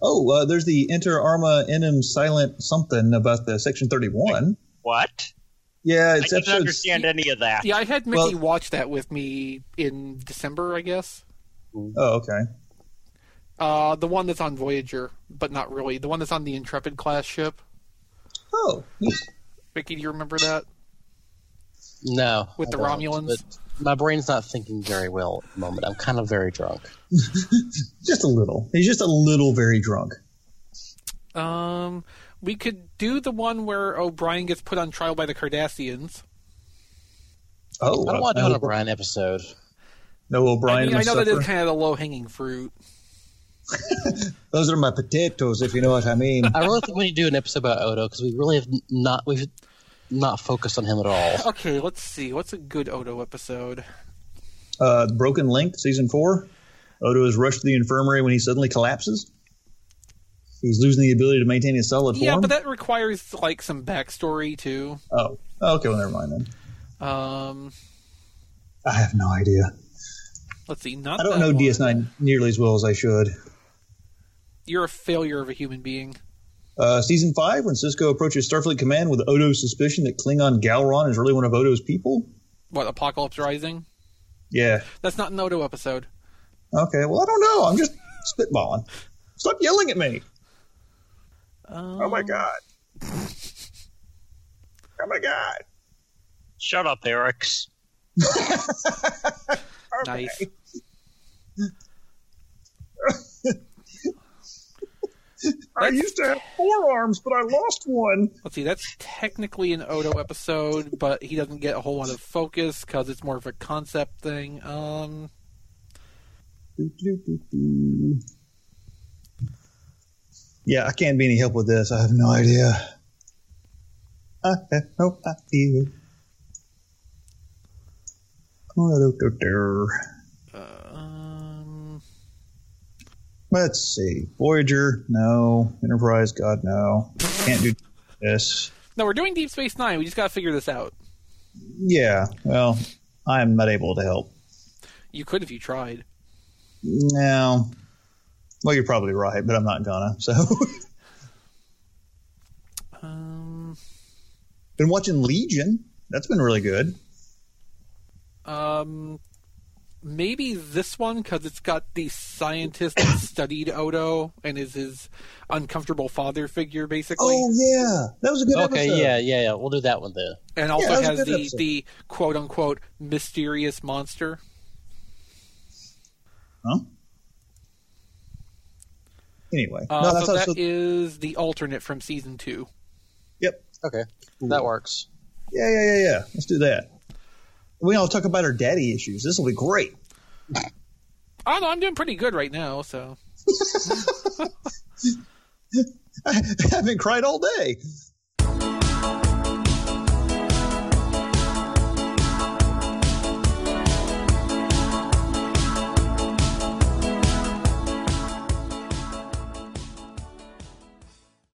[SPEAKER 3] Oh, uh, there's the Inter Arma Enim Silent something about the Section 31.
[SPEAKER 2] What?
[SPEAKER 3] Yeah, it's
[SPEAKER 2] I didn't
[SPEAKER 3] episode.
[SPEAKER 2] understand any of that.
[SPEAKER 1] Yeah, I had Mickey
[SPEAKER 3] Well-
[SPEAKER 1] watch that with me in December, I guess.
[SPEAKER 3] Oh, okay.
[SPEAKER 1] Uh, the one that's on Voyager, but not really. The one that's on the Intrepid class ship.
[SPEAKER 3] Oh, neat.
[SPEAKER 1] Mickey, do you remember that?
[SPEAKER 4] No.
[SPEAKER 1] With
[SPEAKER 4] I
[SPEAKER 1] the
[SPEAKER 4] don't,
[SPEAKER 1] Romulans?
[SPEAKER 4] but My brain's not thinking very well at the moment. I'm kind of very drunk.
[SPEAKER 3] just a little. He's just a little very drunk.
[SPEAKER 1] Um, we could do the one where O'Brien gets put on trial by the Cardassians.
[SPEAKER 3] Oh,
[SPEAKER 4] I don't want to do
[SPEAKER 3] uh,
[SPEAKER 4] an O'Brien episode.
[SPEAKER 3] No
[SPEAKER 1] I,
[SPEAKER 3] O'Brien.
[SPEAKER 1] mean, I know
[SPEAKER 3] must
[SPEAKER 1] that is
[SPEAKER 3] suffer.
[SPEAKER 1] kind of the low hanging fruit.
[SPEAKER 3] Those are my potatoes, if you know what I mean.
[SPEAKER 4] I really think we need to do an episode about Odo because we really have n- not we've not focused on him at
[SPEAKER 3] Oh,
[SPEAKER 4] all.
[SPEAKER 1] Okay, let's see. What's a good Odo episode?
[SPEAKER 3] uh, Broken Link, season four. Odo is rushed to the infirmary when he suddenly collapses. He's losing the ability to maintain his solid
[SPEAKER 1] Yeah,
[SPEAKER 3] form.
[SPEAKER 1] but that requires like some backstory too.
[SPEAKER 3] oh, okay. Well, never mind then.
[SPEAKER 1] Um,
[SPEAKER 3] I have no idea.
[SPEAKER 1] let's see. Not
[SPEAKER 3] I don't
[SPEAKER 1] that
[SPEAKER 3] know
[SPEAKER 1] one.
[SPEAKER 3] DS9 nearly as well as I should.
[SPEAKER 1] You're a failure of a human being.
[SPEAKER 3] Uh, season five, when Cisco approaches Starfleet Command with Odo's suspicion that Klingon Galron is really one of Odo's people.
[SPEAKER 1] What Apocalypse Rising?
[SPEAKER 3] Yeah.
[SPEAKER 1] That's not an Odo episode.
[SPEAKER 3] Okay. Well, I don't know. I'm just spitballing. Stop yelling at me.
[SPEAKER 1] Um,
[SPEAKER 2] Oh my god. Oh my god. Shut up, Eric's.
[SPEAKER 1] Nice.
[SPEAKER 2] I used to have forearms, but I lost one.
[SPEAKER 1] Let's see. That's technically an Odo episode, but he doesn't get a whole lot of focus because it's more of a concept thing. Um,
[SPEAKER 3] Yeah, I can't be any help with this. I have no idea. I have no idea. Oh,
[SPEAKER 1] um,
[SPEAKER 3] Let's see. Voyager, no. Enterprise, God, no. Can't do this.
[SPEAKER 1] no, we're doing Deep Space Nine. We just gotta figure this out.
[SPEAKER 3] Yeah, well, I am not able to help.
[SPEAKER 1] You could if you tried.
[SPEAKER 3] No. Well, you're probably right, but I'm not gonna. So,
[SPEAKER 1] Um,
[SPEAKER 3] been watching Legion. That's been really good.
[SPEAKER 1] um, maybe this one because it's got the scientist that studied Odo and is his uncomfortable father figure, basically.
[SPEAKER 3] Oh yeah, that was a good
[SPEAKER 4] Okay,
[SPEAKER 3] episode.
[SPEAKER 4] yeah, yeah, yeah. We'll do that one then.
[SPEAKER 1] and
[SPEAKER 3] Yeah,
[SPEAKER 1] also
[SPEAKER 3] that was a
[SPEAKER 1] has
[SPEAKER 3] good
[SPEAKER 1] the,
[SPEAKER 3] episode.
[SPEAKER 1] the quote unquote mysterious monster.
[SPEAKER 3] Huh? Anyway,
[SPEAKER 1] Uh,
[SPEAKER 3] no, that's
[SPEAKER 1] so
[SPEAKER 3] how-
[SPEAKER 1] that is
[SPEAKER 3] so-
[SPEAKER 1] the alternate from season two.
[SPEAKER 3] yep.
[SPEAKER 4] Okay, that works.
[SPEAKER 3] Yeah, yeah, yeah, yeah. Let's do that. We all talk about our daddy issues. This will be great.
[SPEAKER 1] I don't know. I'm doing pretty good right now, so
[SPEAKER 3] I haven't cried all day.